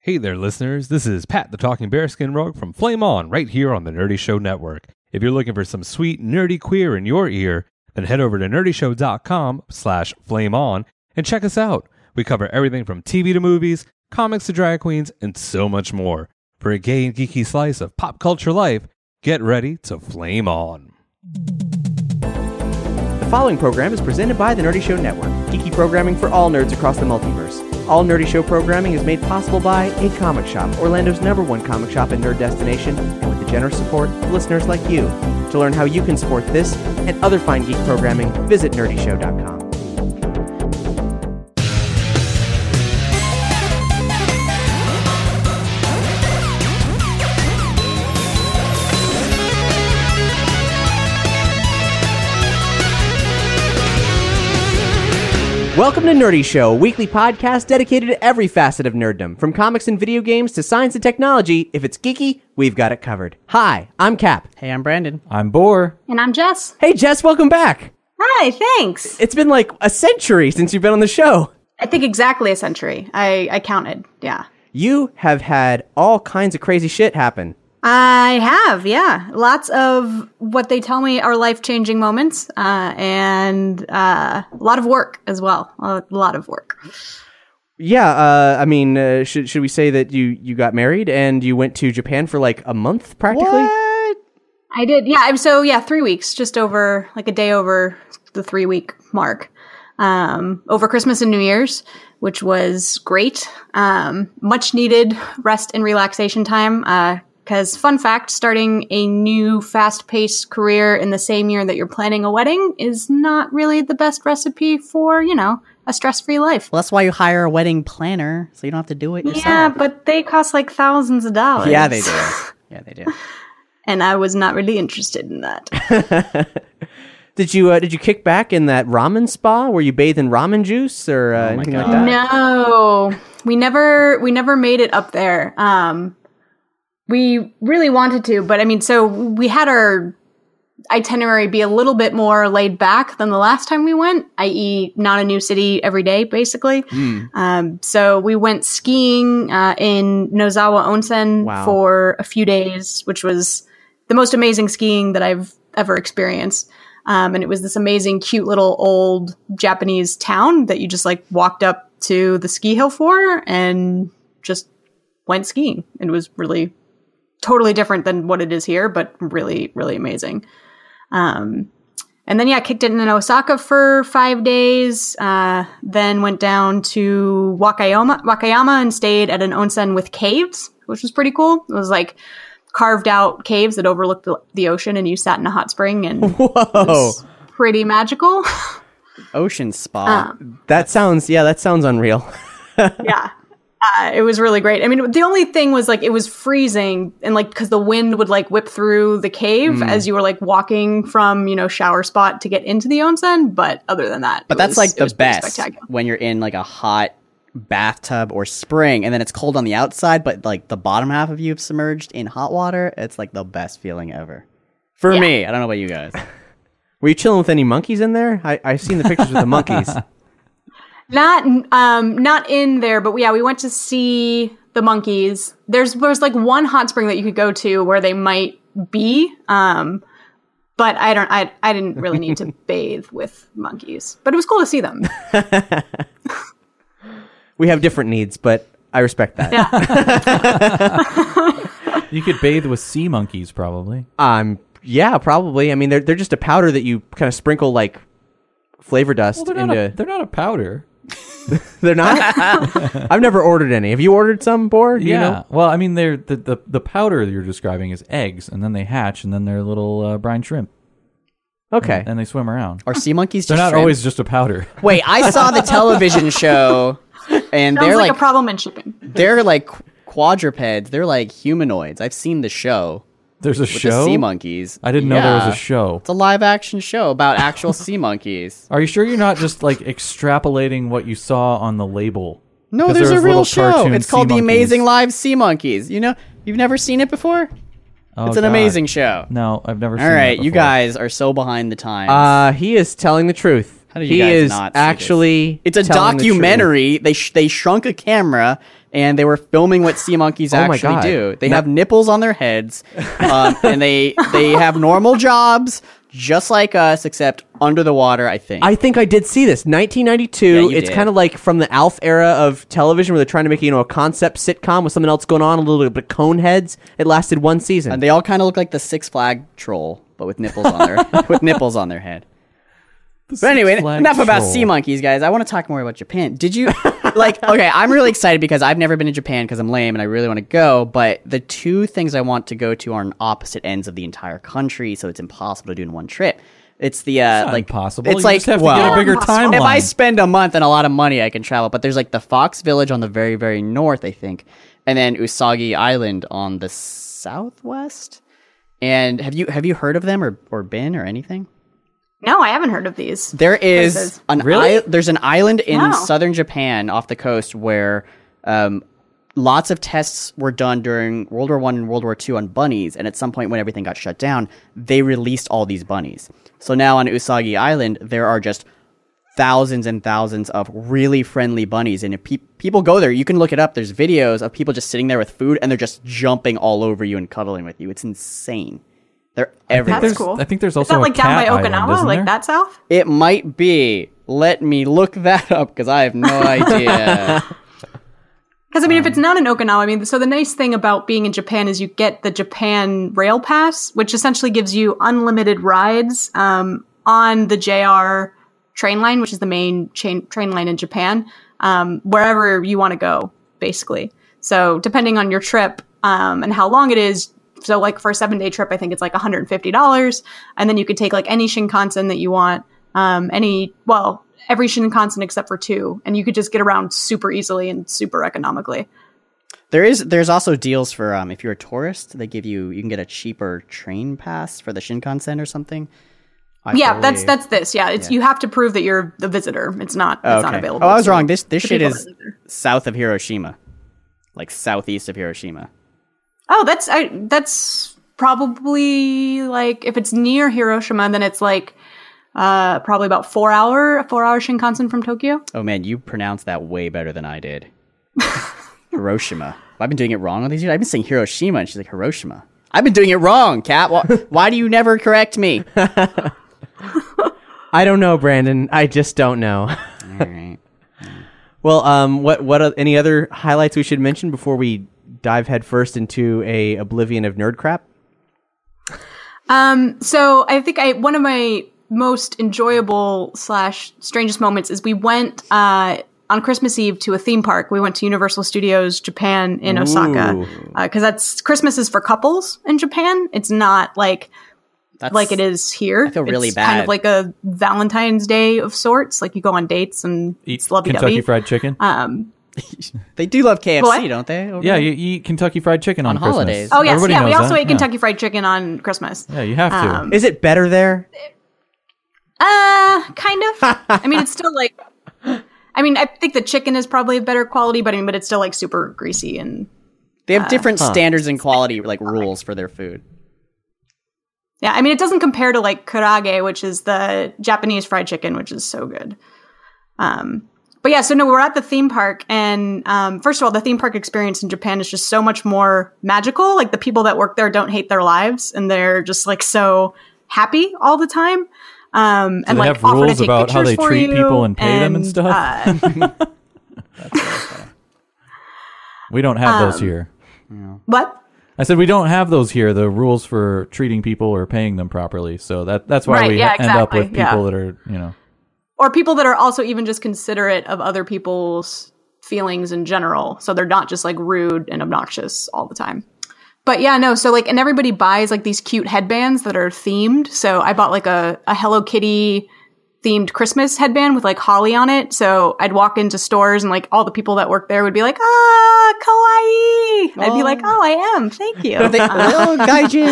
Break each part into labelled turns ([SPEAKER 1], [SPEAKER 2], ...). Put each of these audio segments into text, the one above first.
[SPEAKER 1] Hey there, listeners. This is Pat the Talking Bearskin Rogue from Flame On, right here on the Nerdy Show Network. If you're looking for some sweet, nerdy queer in your ear, then head over to nerdyshow.com slash flame on and check us out. We cover everything from TV to movies, comics to drag queens, and so much more. For a gay and geeky slice of pop culture life, get ready to flame on.
[SPEAKER 2] The following program is presented by the Nerdy Show Network, geeky programming for all nerds across the multiverse. All Nerdy Show programming is made possible by A Comic Shop, Orlando's number one comic shop and nerd destination, and with the generous support of listeners like you. To learn how you can support this and other fine geek programming, visit nerdyshow.com. Welcome to Nerdy Show, a weekly podcast dedicated to every facet of nerddom, from comics and video games to science and technology. If it's geeky, we've got it covered. Hi, I'm Cap.
[SPEAKER 3] Hey, I'm Brandon.
[SPEAKER 4] I'm Boar.
[SPEAKER 5] And I'm Jess.
[SPEAKER 2] Hey, Jess, welcome back.
[SPEAKER 5] Hi, thanks.
[SPEAKER 2] It's been like a century since you've been on the show.
[SPEAKER 5] I think exactly a century. I, I counted. Yeah.
[SPEAKER 2] You have had all kinds of crazy shit happen.
[SPEAKER 5] I have, yeah. Lots of what they tell me are life changing moments uh, and uh, a lot of work as well. A lot of work.
[SPEAKER 2] Yeah, uh, I mean, uh, should should we say that you you got married and you went to Japan for like a month practically?
[SPEAKER 5] I did, yeah. I'm so, yeah, three weeks, just over, like a day over the three week mark. Um, over Christmas and New Year's, which was great. Um, much needed rest and relaxation time. Uh, because fun fact, starting a new fast-paced career in the same year that you're planning a wedding is not really the best recipe for, you know, a stress-free life.
[SPEAKER 3] Well, that's why you hire a wedding planner, so you don't have to do it yourself.
[SPEAKER 5] Yeah, but they cost like thousands of dollars.
[SPEAKER 2] Yeah, they do.
[SPEAKER 3] Yeah, they do.
[SPEAKER 5] And I was not really interested in that.
[SPEAKER 2] Did you uh, did you kick back in that ramen spa where you bathe in ramen juice or uh, anything like that?
[SPEAKER 5] no, we never we never made it up there. Um, we really wanted to, but I mean, so we had our itinerary be a little bit more laid back than the last time we went, i.e., not a new city every day, basically. Um, so we went skiing uh, in Nozawa Onsen
[SPEAKER 2] Wow.
[SPEAKER 5] for a few days, which was the most amazing skiing that I've ever experienced. Um, and it was this amazing, cute little old Japanese town that you just like walked up to the ski hill for and just went skiing. It was really totally different than what it is here, but really, really amazing. Um, and then yeah, kicked it in Osaka for five days. Uh, then went down to Wakayama, Wakayama, and stayed at an onsen with caves, which was pretty cool. It was like carved out caves that overlooked the, the ocean, and you sat in a hot spring, and it
[SPEAKER 2] Whoa,
[SPEAKER 5] was pretty magical.
[SPEAKER 3] Ocean spa.
[SPEAKER 5] um,
[SPEAKER 2] that sounds yeah, that sounds unreal.
[SPEAKER 5] yeah. Uh, it was really great. I mean, the only thing was like it was freezing, and like because the wind would like whip through the cave
[SPEAKER 3] Mm.
[SPEAKER 5] as you were like walking from you know shower spot to get into the onsen. But other than that,
[SPEAKER 3] but
[SPEAKER 5] it
[SPEAKER 3] that's
[SPEAKER 5] was-
[SPEAKER 3] like
[SPEAKER 5] it
[SPEAKER 3] the
[SPEAKER 5] was pretty
[SPEAKER 3] best
[SPEAKER 5] Spectacular.
[SPEAKER 3] when you're in like a hot bathtub or spring, and then it's cold on the outside, but like the bottom half of you is submerged in hot water. It's like the best feeling ever. For me, I don't know about you guys.
[SPEAKER 2] Were you chilling with any monkeys in there? I I've seen the pictures with the monkeys.
[SPEAKER 5] Not um not in there, but yeah, we went to see the monkeys. There's there's like one hot spring that you could go to where they might be. Um, but I don't I I didn't really need to bathe with monkeys, but it was cool to see them.
[SPEAKER 2] We have different needs, but I respect that.
[SPEAKER 4] You could bathe with sea monkeys, probably.
[SPEAKER 3] Oh,
[SPEAKER 2] Um, yeah, probably. I mean, they're they're just a powder that you kind of sprinkle like flavor dust
[SPEAKER 4] they're, not
[SPEAKER 2] into.
[SPEAKER 4] a, they're not a powder.
[SPEAKER 2] They're not. I've never ordered any. Have you ordered some, Boar? Do you
[SPEAKER 4] yeah.
[SPEAKER 2] know?
[SPEAKER 4] Well, I mean, they're the, the the powder you're describing is eggs, and then they hatch, and then they're little uh, brine shrimp,
[SPEAKER 2] Okay.
[SPEAKER 4] and they swim around.
[SPEAKER 3] Are sea monkeys?
[SPEAKER 4] They're
[SPEAKER 3] just
[SPEAKER 4] not
[SPEAKER 3] shrimp?
[SPEAKER 4] always just a powder.
[SPEAKER 3] Wait, I saw the television show and
[SPEAKER 5] Sounds
[SPEAKER 3] they're
[SPEAKER 5] like,
[SPEAKER 3] like,
[SPEAKER 5] a problem in shipping.
[SPEAKER 3] they're like qu- quadrupeds. They're like humanoids. I've seen the show
[SPEAKER 4] There's a
[SPEAKER 3] with
[SPEAKER 4] show.
[SPEAKER 3] the sea monkeys.
[SPEAKER 4] I didn't know there was
[SPEAKER 3] Yeah.
[SPEAKER 4] a show.
[SPEAKER 3] It's a live action show about actual sea monkeys.
[SPEAKER 4] Are you sure you're not just like extrapolating what you saw on the label?
[SPEAKER 3] No,
[SPEAKER 4] 'Cause
[SPEAKER 3] there's a
[SPEAKER 4] was little
[SPEAKER 3] real show.
[SPEAKER 4] cartoon
[SPEAKER 3] It's
[SPEAKER 4] sea
[SPEAKER 3] called The
[SPEAKER 4] monkeys.
[SPEAKER 3] Amazing Live Sea Monkeys. You know, you've never seen it before?
[SPEAKER 4] Oh,
[SPEAKER 3] it's an
[SPEAKER 4] God.
[SPEAKER 3] amazing show.
[SPEAKER 4] No, I've never. seen
[SPEAKER 3] All right,
[SPEAKER 4] that
[SPEAKER 3] you
[SPEAKER 4] before.
[SPEAKER 3] guys are so behind the times.
[SPEAKER 6] Uh, he is telling the truth.
[SPEAKER 3] How do you
[SPEAKER 6] he
[SPEAKER 3] guys
[SPEAKER 6] is
[SPEAKER 3] not see this?
[SPEAKER 6] actually.
[SPEAKER 3] it's a
[SPEAKER 6] telling the truth.
[SPEAKER 3] documentary. They sh- they shrunk a camera and they were filming what sea monkeys
[SPEAKER 6] Oh my
[SPEAKER 3] actually
[SPEAKER 6] God.
[SPEAKER 3] do. They
[SPEAKER 6] Now-
[SPEAKER 3] have nipples on their heads, um, and they they have normal jobs just like us, except under the water. I think.
[SPEAKER 6] I think I did see this. 1992.
[SPEAKER 3] Yeah, you
[SPEAKER 6] it's
[SPEAKER 3] did.
[SPEAKER 6] kind of like from the Alf era of television where they're trying to make you know a concept sitcom with something else going on, a little bit of Coneheads. It lasted one season.
[SPEAKER 3] and they all kind of look like the Six Flag troll, but with nipples on their with nipples on their head. But anyway,
[SPEAKER 4] Flag
[SPEAKER 3] enough about
[SPEAKER 4] troll.
[SPEAKER 3] sea monkeys, guys. I want to talk more about Japan. Did you like? Okay, I'm really excited because I've never been to Japan because I'm lame and I really want to go. But the two things I want to go to are on opposite ends of the entire country, so it's impossible to do in one trip. It's the uh,
[SPEAKER 4] not
[SPEAKER 3] like
[SPEAKER 4] impossible.
[SPEAKER 3] It's
[SPEAKER 4] You
[SPEAKER 3] like
[SPEAKER 4] just have to
[SPEAKER 3] well,
[SPEAKER 4] get a bigger
[SPEAKER 3] if I
[SPEAKER 4] timeline.
[SPEAKER 3] spend a month and a lot of money, I can travel. But there's like the Fox Village on the very, very north, I think, and then Usagi Island on the southwest. And have you have you heard of them or, or been or anything?
[SPEAKER 5] No, I haven't heard of these.
[SPEAKER 3] There is
[SPEAKER 5] Places.
[SPEAKER 3] an
[SPEAKER 4] Really?
[SPEAKER 3] i- there's an island in
[SPEAKER 5] Wow.
[SPEAKER 3] southern Japan off the coast where um, lots of tests were done during World War One and World War Two on bunnies, and at some point when everything got shut down, they released all these bunnies. So now on Usagi Island, there are just thousands and thousands of really friendly bunnies and if pe- people go there you can look it up there's videos of people just sitting there with food and they're just jumping all over you and cuddling with you it's insane they're everywhere
[SPEAKER 5] That's
[SPEAKER 4] there's-
[SPEAKER 5] cool.
[SPEAKER 4] I think there's
[SPEAKER 5] is
[SPEAKER 4] also
[SPEAKER 5] that
[SPEAKER 4] a
[SPEAKER 5] like down by
[SPEAKER 4] cat island,
[SPEAKER 5] Okinawa,
[SPEAKER 4] isn't
[SPEAKER 5] like
[SPEAKER 4] there?
[SPEAKER 5] that south.
[SPEAKER 3] It might be. Let me look that up because I have no idea.
[SPEAKER 5] Because I mean, if it's not in Okinawa, I mean, so the nice thing about being in Japan is you get the Japan Rail Pass, which essentially gives you unlimited rides um, on the JR train line, which is the main chain, train line in Japan, um, wherever you want to go, basically. So depending on your trip um, and how long it is, so like for a seven day trip, I think it's like $150, and then you could take like any Shinkansen that you want, um, any well every Shinkansen except for two, and you could just get around super easily and super economically.
[SPEAKER 3] there is there's also deals for um if you're a tourist, they give you you can get a cheaper train pass for the Shinkansen or something. I
[SPEAKER 5] yeah,
[SPEAKER 3] believe.
[SPEAKER 5] that's that's this. Yeah, it's you have to prove that you're the visitor. It's not it's not
[SPEAKER 3] Okay.
[SPEAKER 5] available.
[SPEAKER 3] Oh, I was
[SPEAKER 5] to-
[SPEAKER 3] wrong. This this
[SPEAKER 5] to
[SPEAKER 3] shit
[SPEAKER 5] people
[SPEAKER 3] is
[SPEAKER 5] that live there.
[SPEAKER 3] south of Hiroshima, like southeast of Hiroshima.
[SPEAKER 5] Oh, that's I, that's probably like if it's near Hiroshima, then it's like uh probably about four hour four hour Shinkansen from Tokyo.
[SPEAKER 3] Oh man, you pronounced that way better than I did. Hiroshima. I've been doing it wrong all these years. I've been saying Hiroshima, and she's like Hiroshima. I've been doing it wrong, Kat. Why, why do you never correct me? all
[SPEAKER 6] I don't know, Brandon. I just don't know.
[SPEAKER 3] right.
[SPEAKER 6] Well, um, what what uh, any other highlights we should mention before we dive headfirst into a oblivion of nerd crap?
[SPEAKER 5] Um, so I think I one of my most enjoyable slash strangest moments is we went uh, on Christmas Eve to a theme park. We went to Universal Studios Japan in Osaka because that's Christmas is for couples in Japan. It's not like
[SPEAKER 3] That's
[SPEAKER 5] like it is here. I
[SPEAKER 3] feel really
[SPEAKER 5] it's Kind
[SPEAKER 3] bad.
[SPEAKER 5] of like a Valentine's Day of sorts. Like you go on dates and
[SPEAKER 4] Eat
[SPEAKER 5] it's lovey
[SPEAKER 4] Kentucky
[SPEAKER 5] dovey.
[SPEAKER 4] Fried Chicken.
[SPEAKER 5] Um,
[SPEAKER 3] They do love KFC,
[SPEAKER 5] What?
[SPEAKER 3] don't they? over
[SPEAKER 4] yeah,
[SPEAKER 3] there?
[SPEAKER 4] you, you eat Kentucky Fried Chicken on,
[SPEAKER 3] On
[SPEAKER 4] Christmas.
[SPEAKER 3] holidays.
[SPEAKER 5] oh yes,
[SPEAKER 4] Everybody
[SPEAKER 5] yeah. We
[SPEAKER 4] knows
[SPEAKER 5] also
[SPEAKER 4] that.
[SPEAKER 5] ate Kentucky Fried Chicken on Christmas.
[SPEAKER 4] Yeah, yeah you have
[SPEAKER 5] Um,
[SPEAKER 4] to.
[SPEAKER 6] Is it better there?
[SPEAKER 5] Uh, kind of. I mean, it's still like. I mean, I think the chicken is probably of better quality, but I mean, but it's still like super greasy and
[SPEAKER 3] They have different standards and quality like rules for their food.
[SPEAKER 5] yeah. I mean, it doesn't compare to like karage, which is the Japanese fried chicken, which is so good. Um, but yeah, so no, we're at the theme park, and um, first of all, the theme park experience in Japan is just so much more magical. Like the people that work there don't hate their lives, and they're just like so happy all the time. Um,
[SPEAKER 4] Do
[SPEAKER 5] and
[SPEAKER 4] they
[SPEAKER 5] like
[SPEAKER 4] have
[SPEAKER 5] offer to
[SPEAKER 4] rules
[SPEAKER 5] take
[SPEAKER 4] about how
[SPEAKER 5] pictures
[SPEAKER 4] they
[SPEAKER 5] for
[SPEAKER 4] treat
[SPEAKER 5] you,
[SPEAKER 4] people and pay them and stuff?
[SPEAKER 5] uh,
[SPEAKER 4] we don't have
[SPEAKER 5] Um,
[SPEAKER 4] those here.
[SPEAKER 5] what?
[SPEAKER 4] I said we don't have those here. The rules for treating people or paying them properly. So that that's why
[SPEAKER 5] Right,
[SPEAKER 4] we
[SPEAKER 5] yeah,
[SPEAKER 4] ha- end up
[SPEAKER 5] exactly,
[SPEAKER 4] with people
[SPEAKER 5] yeah.
[SPEAKER 4] that are you know.
[SPEAKER 5] or people that are also even just considerate of other people's feelings in general so they're not just like rude and obnoxious all the time but yeah no so like and everybody buys like these cute headbands that are themed so i bought like a, a hello kitty themed Christmas headband with like holly on it. So I'd walk into stores and like all the people that work there would be like, ah, kawaii. And I'd be like, oh, I am. Thank you. Uh,
[SPEAKER 3] oh, Gaijin.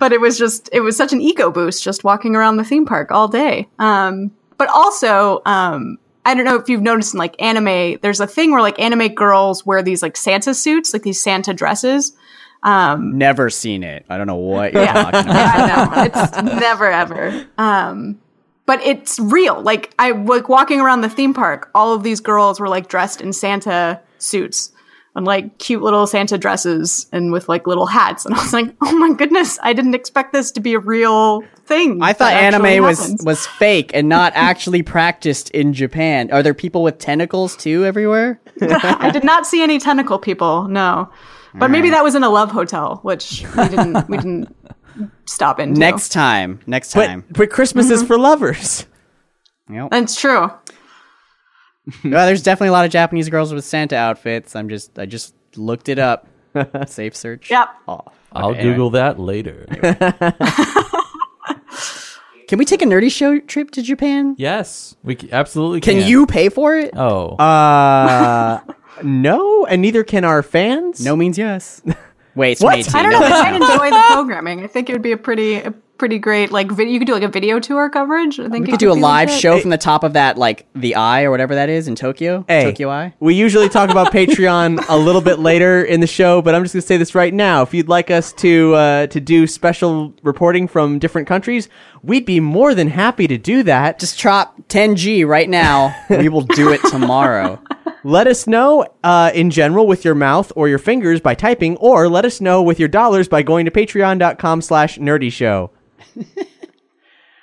[SPEAKER 5] but it was just, it was such an eco boost just walking around the theme park all day. Um, but also, um, I don't know if you've noticed in like anime, there's a thing where like anime girls wear these like Santa suits, like these Santa dresses.
[SPEAKER 3] Never seen it. I don't know what you're talking about.
[SPEAKER 5] yeah, I know. It's never ever. Um, but it's real. Like I like walking around the theme park, all of these girls were like dressed in Santa suits and like cute little Santa dresses and with like little hats. And I was like, oh my goodness, I didn't expect this to be a real thing.
[SPEAKER 3] I thought
[SPEAKER 5] that actually
[SPEAKER 3] anime was
[SPEAKER 5] happens.
[SPEAKER 3] was fake and not actually practiced in Japan. Are there people with tentacles too everywhere?
[SPEAKER 5] I did not see any tentacle people. No. But maybe that was in a love hotel, which we didn't we didn't stop into.
[SPEAKER 3] Next time. Next time.
[SPEAKER 2] But, but Christmas is for lovers.
[SPEAKER 3] Yep.
[SPEAKER 5] That's true.
[SPEAKER 3] Well, there's definitely a lot of Japanese girls with Santa outfits. I'm just I just looked it up. Safe search.
[SPEAKER 5] Yep.
[SPEAKER 3] Oh.
[SPEAKER 4] I'll
[SPEAKER 3] Okay,
[SPEAKER 4] Google that later.
[SPEAKER 3] Can we take a nerdy show trip to Japan?
[SPEAKER 4] yes, we c- absolutely
[SPEAKER 3] Can
[SPEAKER 4] can.
[SPEAKER 3] you pay for it?
[SPEAKER 4] Oh,
[SPEAKER 2] Uh, no, and neither can our fans.
[SPEAKER 3] No means yes. Wait, it's
[SPEAKER 2] What?
[SPEAKER 3] May
[SPEAKER 5] I
[SPEAKER 3] 18.
[SPEAKER 5] don't know. but I'd enjoy the programming. I think it would be a pretty, a pretty great like video. You could do like a video tour coverage. I think
[SPEAKER 3] We
[SPEAKER 5] it
[SPEAKER 3] could do a
[SPEAKER 5] be
[SPEAKER 3] live
[SPEAKER 5] legit.
[SPEAKER 3] show from the top of that, like the eye or whatever that is in Tokyo.
[SPEAKER 2] Hey,
[SPEAKER 3] Tokyo Eye.
[SPEAKER 2] We usually talk about Patreon a little bit later in the show, but I'm just going to say this right now. If you'd like us to uh, to do special reporting from different countries, we'd be more than happy to do that. Just
[SPEAKER 3] Just drop 10G right now. we will do it tomorrow.
[SPEAKER 2] let us know uh, in general with your mouth or your fingers by typing, or let us know with your dollars by going to patreon.com slash nerdy show.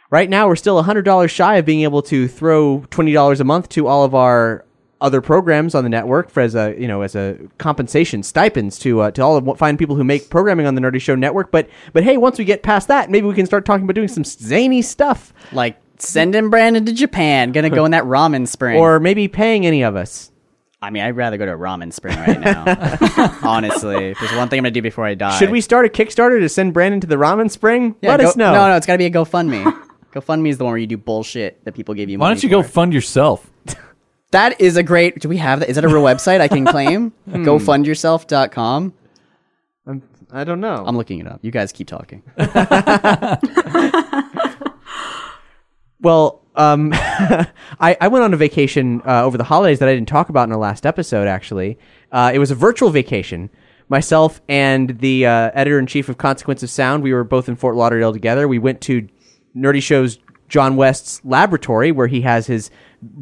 [SPEAKER 2] right now, we're still $100 shy of being able to throw $20 a month to all of our other programs on the network for as a you know as a compensation stipends to uh, to all of fine people who make programming on the nerdy show network but but hey once we get past that maybe we can start talking about doing some zany stuff
[SPEAKER 3] Like sending Brandon to Japan. Gonna go in that ramen spring.
[SPEAKER 2] or maybe paying any of us
[SPEAKER 3] I mean, I'd rather go to a ramen spring right now. Honestly, if there's one thing I'm gonna do before I die.
[SPEAKER 2] Should we start a Kickstarter to send Brandon to the ramen spring?
[SPEAKER 3] Yeah,
[SPEAKER 2] Let
[SPEAKER 3] go-
[SPEAKER 2] us know.
[SPEAKER 3] No, no, it's gotta be a GoFundMe. GoFundMe is the one where you do bullshit that people give you.
[SPEAKER 4] why
[SPEAKER 3] money
[SPEAKER 4] don't you go
[SPEAKER 3] for.
[SPEAKER 4] fund yourself?
[SPEAKER 3] That is a great. Do we have that? Is that a real website I can claim? GoFundYourself.com.
[SPEAKER 2] I don't know.
[SPEAKER 3] I'm looking it up. You guys keep talking.
[SPEAKER 2] well, um, I, I went on a vacation uh, over the holidays that I didn't talk about in the last episode, actually. Uh, it was a virtual vacation. Myself and the uh, editor in chief of Consequence of Sound, we were both in Fort Lauderdale together. We went to Nerdy Show's John West's laboratory where he has his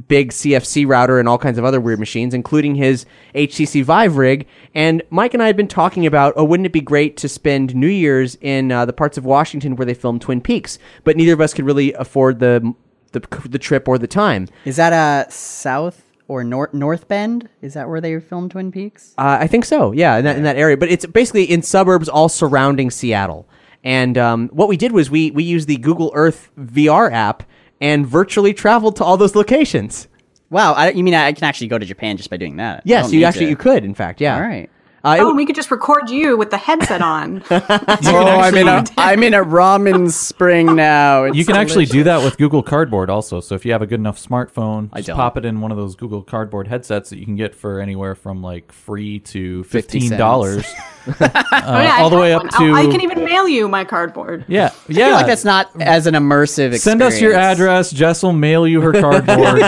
[SPEAKER 2] big CFC router and all kinds of other weird machines, including his HTC Vive rig. And Mike and I had been talking about, oh, wouldn't it be great to spend New Year's in uh, the parts of Washington where they filmed Twin Peaks? But neither of us could really afford the the, the trip or the time.
[SPEAKER 3] Is that uh south or north North Bend? Is that where they filmed Twin Peaks?
[SPEAKER 2] Uh, I think so. Yeah, in that, in that area. But it's basically in suburbs all surrounding Seattle. And um, what we did was we we used the Google Earth VR app and virtually traveled to all those locations.
[SPEAKER 3] Wow, I, you mean I can actually go to Japan just by doing that? I
[SPEAKER 2] Yes,
[SPEAKER 3] don't
[SPEAKER 2] you
[SPEAKER 3] need
[SPEAKER 2] actually
[SPEAKER 3] to.
[SPEAKER 2] you could. In fact, yeah.
[SPEAKER 3] All right.
[SPEAKER 2] Uh, it-
[SPEAKER 5] Oh, and we could just record you with the headset on.
[SPEAKER 4] Uh,
[SPEAKER 3] Oh, I'm
[SPEAKER 2] uh,
[SPEAKER 3] in a I'm in a ramen spring now.
[SPEAKER 4] You can actually do that with Google Cardboard also. So if you have a good enough smartphone, just
[SPEAKER 3] don't.
[SPEAKER 4] pop it in one of those Google Cardboard headsets that you can get for anywhere from like free to
[SPEAKER 3] 50
[SPEAKER 4] fifteen
[SPEAKER 3] cents.
[SPEAKER 4] dollars.
[SPEAKER 5] Oh, yeah, I
[SPEAKER 4] all the
[SPEAKER 5] have
[SPEAKER 4] way up
[SPEAKER 5] one. I'll- I
[SPEAKER 4] to-
[SPEAKER 5] can even mail you my cardboard.
[SPEAKER 4] Yeah, yeah.
[SPEAKER 3] I feel like that's not as an immersive. Experience.
[SPEAKER 4] Send us your address. Jess will mail you her cardboard.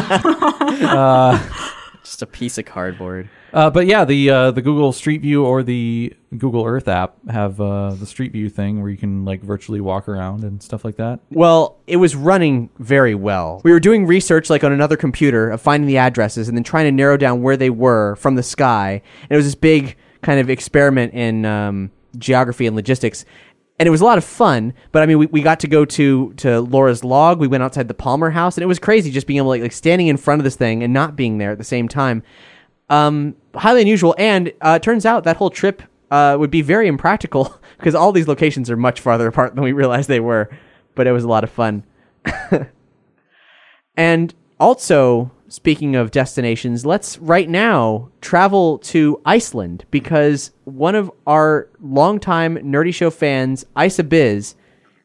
[SPEAKER 3] Just a piece of cardboard.
[SPEAKER 4] uh, but yeah, the uh, the Google Street View or the Google Earth app have uh, the Street View thing where you can like virtually walk around and stuff like that.
[SPEAKER 2] Well, it was running very well. We were doing research like on another computer of finding the addresses and then trying to narrow down where they were from the sky. And it was this big kind of experiment in um, geography and logistics. And it was a lot of fun, but I mean, we, we got to go to, to Laura's log. We went outside the Palmer house, and it was crazy just being able like, like standing in front of this thing and not being there at the same time um, highly unusual. And uh, it turns out that whole trip uh, would be very impractical because all these locations are much farther apart than we realized they were. But it was a lot of fun. and also, speaking of destinations, let's right now travel to Iceland because one of our longtime Nerdy Show fans, Isa Biz,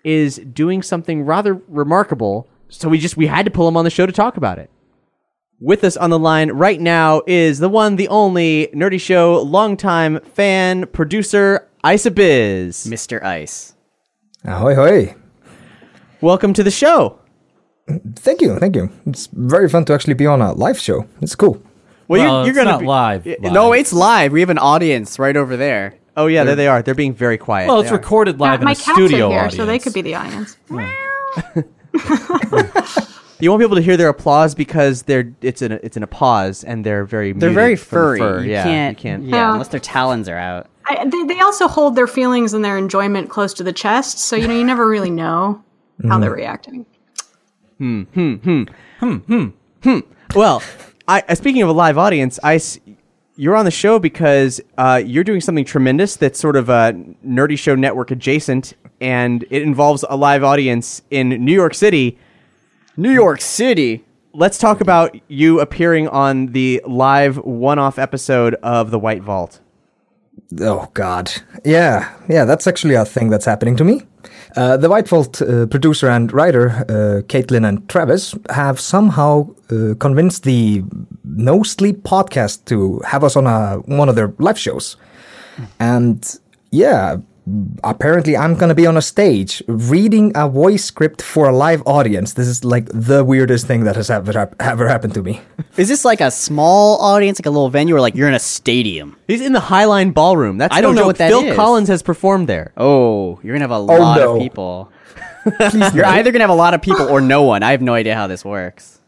[SPEAKER 2] is doing something rather remarkable. So we just we had to pull him on the show to talk about it. With us on the line right now is the one, the only Nerdy Show longtime fan producer Isa Biz.
[SPEAKER 3] Mr. Ice.
[SPEAKER 7] Ahoy, hoy.
[SPEAKER 2] Welcome to the show.
[SPEAKER 7] Thank you, thank you. It's very fun to actually be on a live show. It's cool.
[SPEAKER 2] Well,
[SPEAKER 4] Well, it's
[SPEAKER 2] gonna
[SPEAKER 4] not live,
[SPEAKER 2] Yeah,
[SPEAKER 4] live.
[SPEAKER 3] No, it's live. We have an audience right over there.
[SPEAKER 2] Oh yeah, there they are. They're being very quiet.
[SPEAKER 4] Well,
[SPEAKER 2] They
[SPEAKER 4] it's
[SPEAKER 2] are.
[SPEAKER 4] recorded live in
[SPEAKER 5] my
[SPEAKER 4] a
[SPEAKER 5] cats
[SPEAKER 4] studio
[SPEAKER 5] are here,
[SPEAKER 4] audience.
[SPEAKER 5] so they could be the audience.
[SPEAKER 2] You won't be able to hear their applause because they're it's in a, it's in a pause and they're very
[SPEAKER 3] They're
[SPEAKER 2] muted
[SPEAKER 3] very
[SPEAKER 2] from the
[SPEAKER 3] furry.
[SPEAKER 2] fur.
[SPEAKER 3] You
[SPEAKER 2] yeah,
[SPEAKER 3] can't,
[SPEAKER 2] you can't.
[SPEAKER 3] Yeah,
[SPEAKER 5] Yeah.
[SPEAKER 3] unless their talons are out.
[SPEAKER 5] I, they, they also hold their feelings and their enjoyment close to the chest, so you know you never really know how
[SPEAKER 4] Mm-hmm.
[SPEAKER 5] they're reacting.
[SPEAKER 2] Well, I uh, speaking of a live audience, I s- you're on the show because uh, you're doing something tremendous that's sort of a nerdy show network adjacent, and it involves a live audience in New York City.
[SPEAKER 3] New York City.
[SPEAKER 2] Let's talk about you appearing on the live one-off episode of The White Vault.
[SPEAKER 7] Oh God, yeah, yeah. That's actually a thing that's happening to me. Uh, the White Vault uh, producer and writer uh, Caitlin and Travis have somehow uh, convinced the No Sleep podcast to have us on a, one of their live shows, and yeah, apparently I'm gonna be on a stage reading a voice script for a live audience. This is like the weirdest thing that has ever hap- ever happened to me.
[SPEAKER 3] Is this like a small audience, like a little venue, or like you're in a stadium?
[SPEAKER 2] He's in the Highline Ballroom. That's
[SPEAKER 3] I
[SPEAKER 2] no
[SPEAKER 3] don't know
[SPEAKER 2] joke.
[SPEAKER 3] what that
[SPEAKER 2] Phil
[SPEAKER 3] is.
[SPEAKER 2] Collins has performed there.
[SPEAKER 3] Oh, you're gonna have a lot
[SPEAKER 7] no.
[SPEAKER 3] of people. you're either gonna have a lot of people or no one. I have no idea how this works.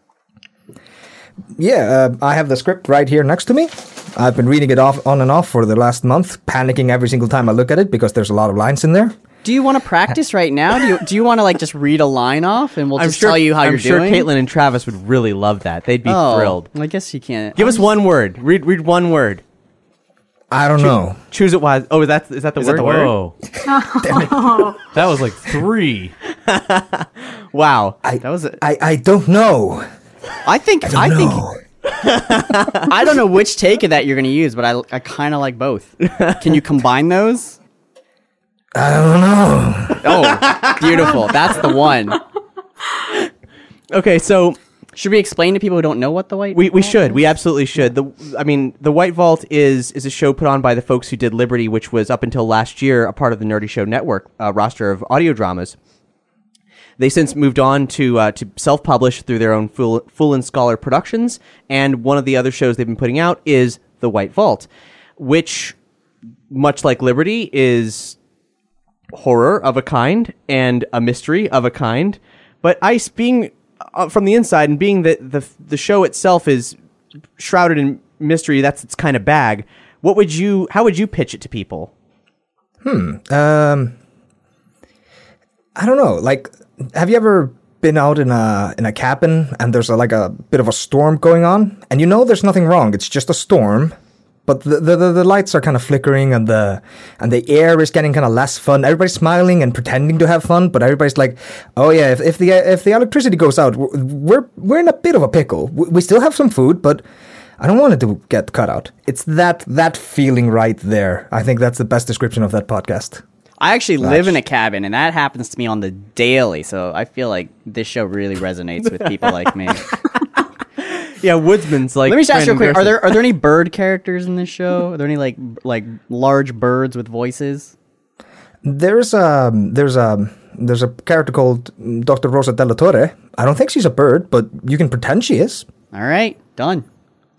[SPEAKER 7] Yeah, uh, I have the script right here next to me. I've been reading it off on and off for the last month, panicking every single time I look at it because there's a lot of lines in there.
[SPEAKER 3] Do you want to practice right now? Do you do you want to like just read a line off and we'll
[SPEAKER 2] I'm
[SPEAKER 3] just
[SPEAKER 2] sure
[SPEAKER 3] tell you how
[SPEAKER 2] I'm
[SPEAKER 3] you're
[SPEAKER 2] sure
[SPEAKER 3] doing?
[SPEAKER 2] Caitlin and Travis would really love that. They'd be
[SPEAKER 3] oh,
[SPEAKER 2] thrilled.
[SPEAKER 3] I guess you can't.
[SPEAKER 2] Give us one word. Read read one word.
[SPEAKER 7] I don't know.
[SPEAKER 2] Choose it wise. Oh, is that is that the
[SPEAKER 3] Is that
[SPEAKER 2] word?
[SPEAKER 3] the word?
[SPEAKER 4] Whoa. that was like three.
[SPEAKER 2] Wow.
[SPEAKER 7] I,
[SPEAKER 3] That was. A,
[SPEAKER 7] I, I don't know.
[SPEAKER 3] I think. I,
[SPEAKER 7] no.
[SPEAKER 3] think. I don't know which take of that you're gonna use, but I I kind of like both. Can you combine those?
[SPEAKER 7] I don't know.
[SPEAKER 3] Oh, beautiful. That's the one.
[SPEAKER 2] Okay, so
[SPEAKER 3] Should we explain to people who don't know what the white?
[SPEAKER 2] we, we should. We absolutely should. The I mean, The White Vault is is a show put on by the folks who did Liberty, which was up until last year a part of the Nerdy Show Network uh, roster of audio dramas. They since moved on to uh, to self publish through their own Fool, Fool and Scholar Productions, and one of the other shows they've been putting out is The White Vault, which, much like Liberty, is horror of a kind and a mystery of a kind. But Ice, being uh, from the inside and being that the the show itself is shrouded in mystery, that's its kind of bag. What would you? How would you pitch it to people?
[SPEAKER 7] Um, I don't know. Like, have you ever been out in a in a cabin and there's a, like a bit of a storm going on, and you know there's nothing wrong. It's just a storm, but the the, the, the lights are kind of flickering and the and the air is getting kind of less fun. Everybody's smiling and pretending to have fun, but everybody's like, "Oh yeah, if, if the if the electricity goes out, we're we're, we're in a bit of a pickle. We, we still have some food, but." I don't want it to get cut out. It's that that feeling right there. I think that's the best description of that podcast.
[SPEAKER 3] I actually live in a cabin, and that happens to me on the daily. So I feel like this show really resonates with people like me. Let
[SPEAKER 2] Yeah, Woodsman's like.
[SPEAKER 3] me just ask you
[SPEAKER 2] Brandon
[SPEAKER 3] quick: Are
[SPEAKER 2] Griffin.
[SPEAKER 3] there are there any bird characters in this show? Are there any like b- like large birds with voices?
[SPEAKER 7] There's a there's a there's a character called Dr. Rosa Della Torre. I don't think she's a bird, but you can pretend she is.
[SPEAKER 3] All right, done.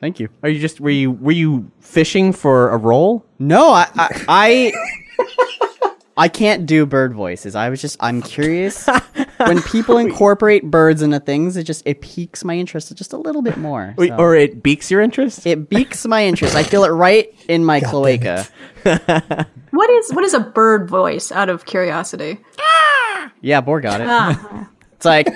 [SPEAKER 3] Thank you.
[SPEAKER 2] Are you just were you were you fishing for a role?
[SPEAKER 3] No, I I. I I can't do bird voices. I was just I'm curious. when people incorporate birds into things, it just it piques my interest just a little bit more.
[SPEAKER 2] Wait,
[SPEAKER 3] so.
[SPEAKER 2] Or it beaks your interest?
[SPEAKER 3] It piques my interest. I feel it right in my cloaca.
[SPEAKER 5] What is what is a bird voice? Out of curiosity,
[SPEAKER 3] Yeah, Boar got it. it's like,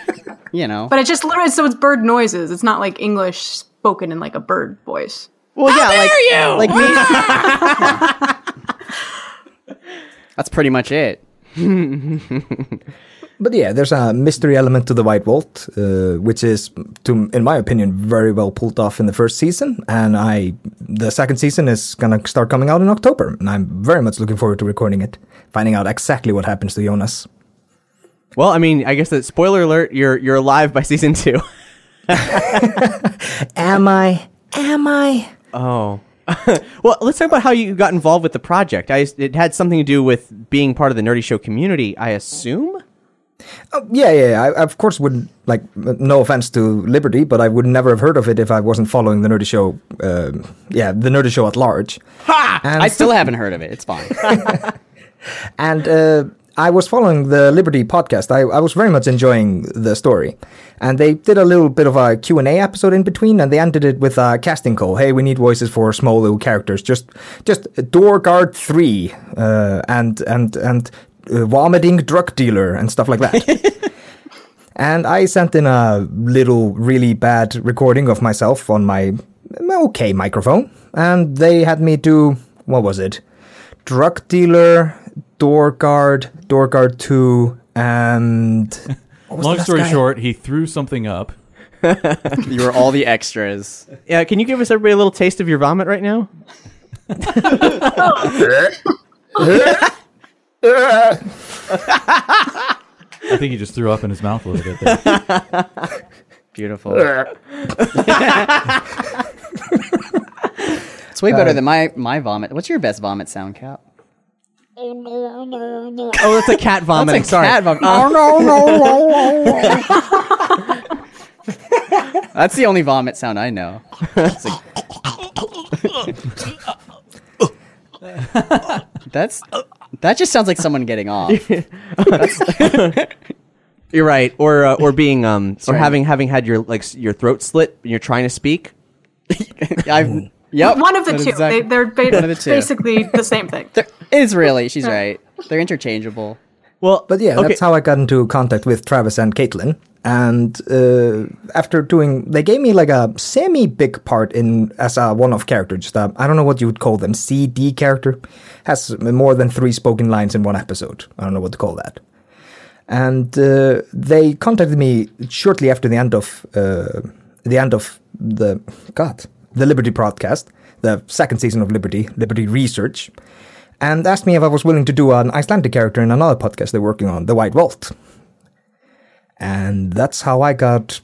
[SPEAKER 3] you know.
[SPEAKER 5] but it's just literally so it's bird noises. It's not like English spoken in like a bird voice.
[SPEAKER 3] Well, yeah, like, like me. That's pretty much it.
[SPEAKER 7] But yeah, there's a mystery element to the White Vault, uh, which is, to in my opinion, very well pulled off in the first season. And I, the second season is gonna start coming out in October, and I'm very much looking forward to recording it, finding out exactly what happens to Jonas.
[SPEAKER 2] Well, I mean, I guess that spoiler alert, you're you're alive by season two.
[SPEAKER 7] Am I? Am I?
[SPEAKER 2] Oh. well, let's talk about how you got involved with the project. I it had something to do with being part of the Nerdy Show community, I assume.
[SPEAKER 7] Yeah, yeah, yeah. I, I, of course, would like. No offense to Liberty, but I would never have heard of it if I wasn't following the Nerdy Show. Uh, yeah, the Nerdy Show at large.
[SPEAKER 3] Ha! I still haven't heard of it. It's fine.
[SPEAKER 7] And uh, I was following the Liberty podcast. I, I was very much enjoying the story, and they did a little bit of a Q and A episode in between, and they ended it with a casting call. Hey, we need voices for small little characters. Just, just door guard three, uh, and and and uh, vomiting drug dealer and stuff like that. and I sent in a little really bad recording of myself on my my okay microphone, and they had me do what was it? Drug dealer, door guard, door guard two, and what was the
[SPEAKER 4] Long
[SPEAKER 7] last
[SPEAKER 4] story
[SPEAKER 7] guy?
[SPEAKER 4] short, he threw something up.
[SPEAKER 3] you were all the extras.
[SPEAKER 2] Yeah, Uh, can you give us everybody a little taste of your vomit right now?
[SPEAKER 4] I think he just threw up in his mouth a little bit. There.
[SPEAKER 3] Beautiful. it's way better than my my vomit. What's your best vomit sound, Cap?
[SPEAKER 2] Oh, that's a cat vomiting. Sorry. Uh,
[SPEAKER 3] Cat vom- That's the only vomit sound I know. It's like- That's that just sounds like someone getting off.
[SPEAKER 2] You're right. Or uh, or being um or
[SPEAKER 3] right.
[SPEAKER 2] having having had your like s- your throat slit and you're trying to speak.
[SPEAKER 3] I've yep.
[SPEAKER 5] One of the
[SPEAKER 3] That
[SPEAKER 5] two.
[SPEAKER 3] is exactly-
[SPEAKER 5] They, they're ba-
[SPEAKER 3] of the two.
[SPEAKER 5] basically the same thing.
[SPEAKER 3] There is really. She's right. They're interchangeable.
[SPEAKER 2] Well,
[SPEAKER 7] But yeah, that's how I got into contact with Travis and Caitlin. And uh, after doing, they gave me like a semi big part in as a one-off character. Just a, I don't know what you would call them, CD character, has more than three spoken lines in one episode. I don't know what to call that. And uh, they contacted me shortly after the end of uh, the end of the God the Liberty broadcast, the second season of Liberty Liberty Research and asked me if I was willing to do an Icelandic character in another podcast they're working on, The White Vault. And that's how I got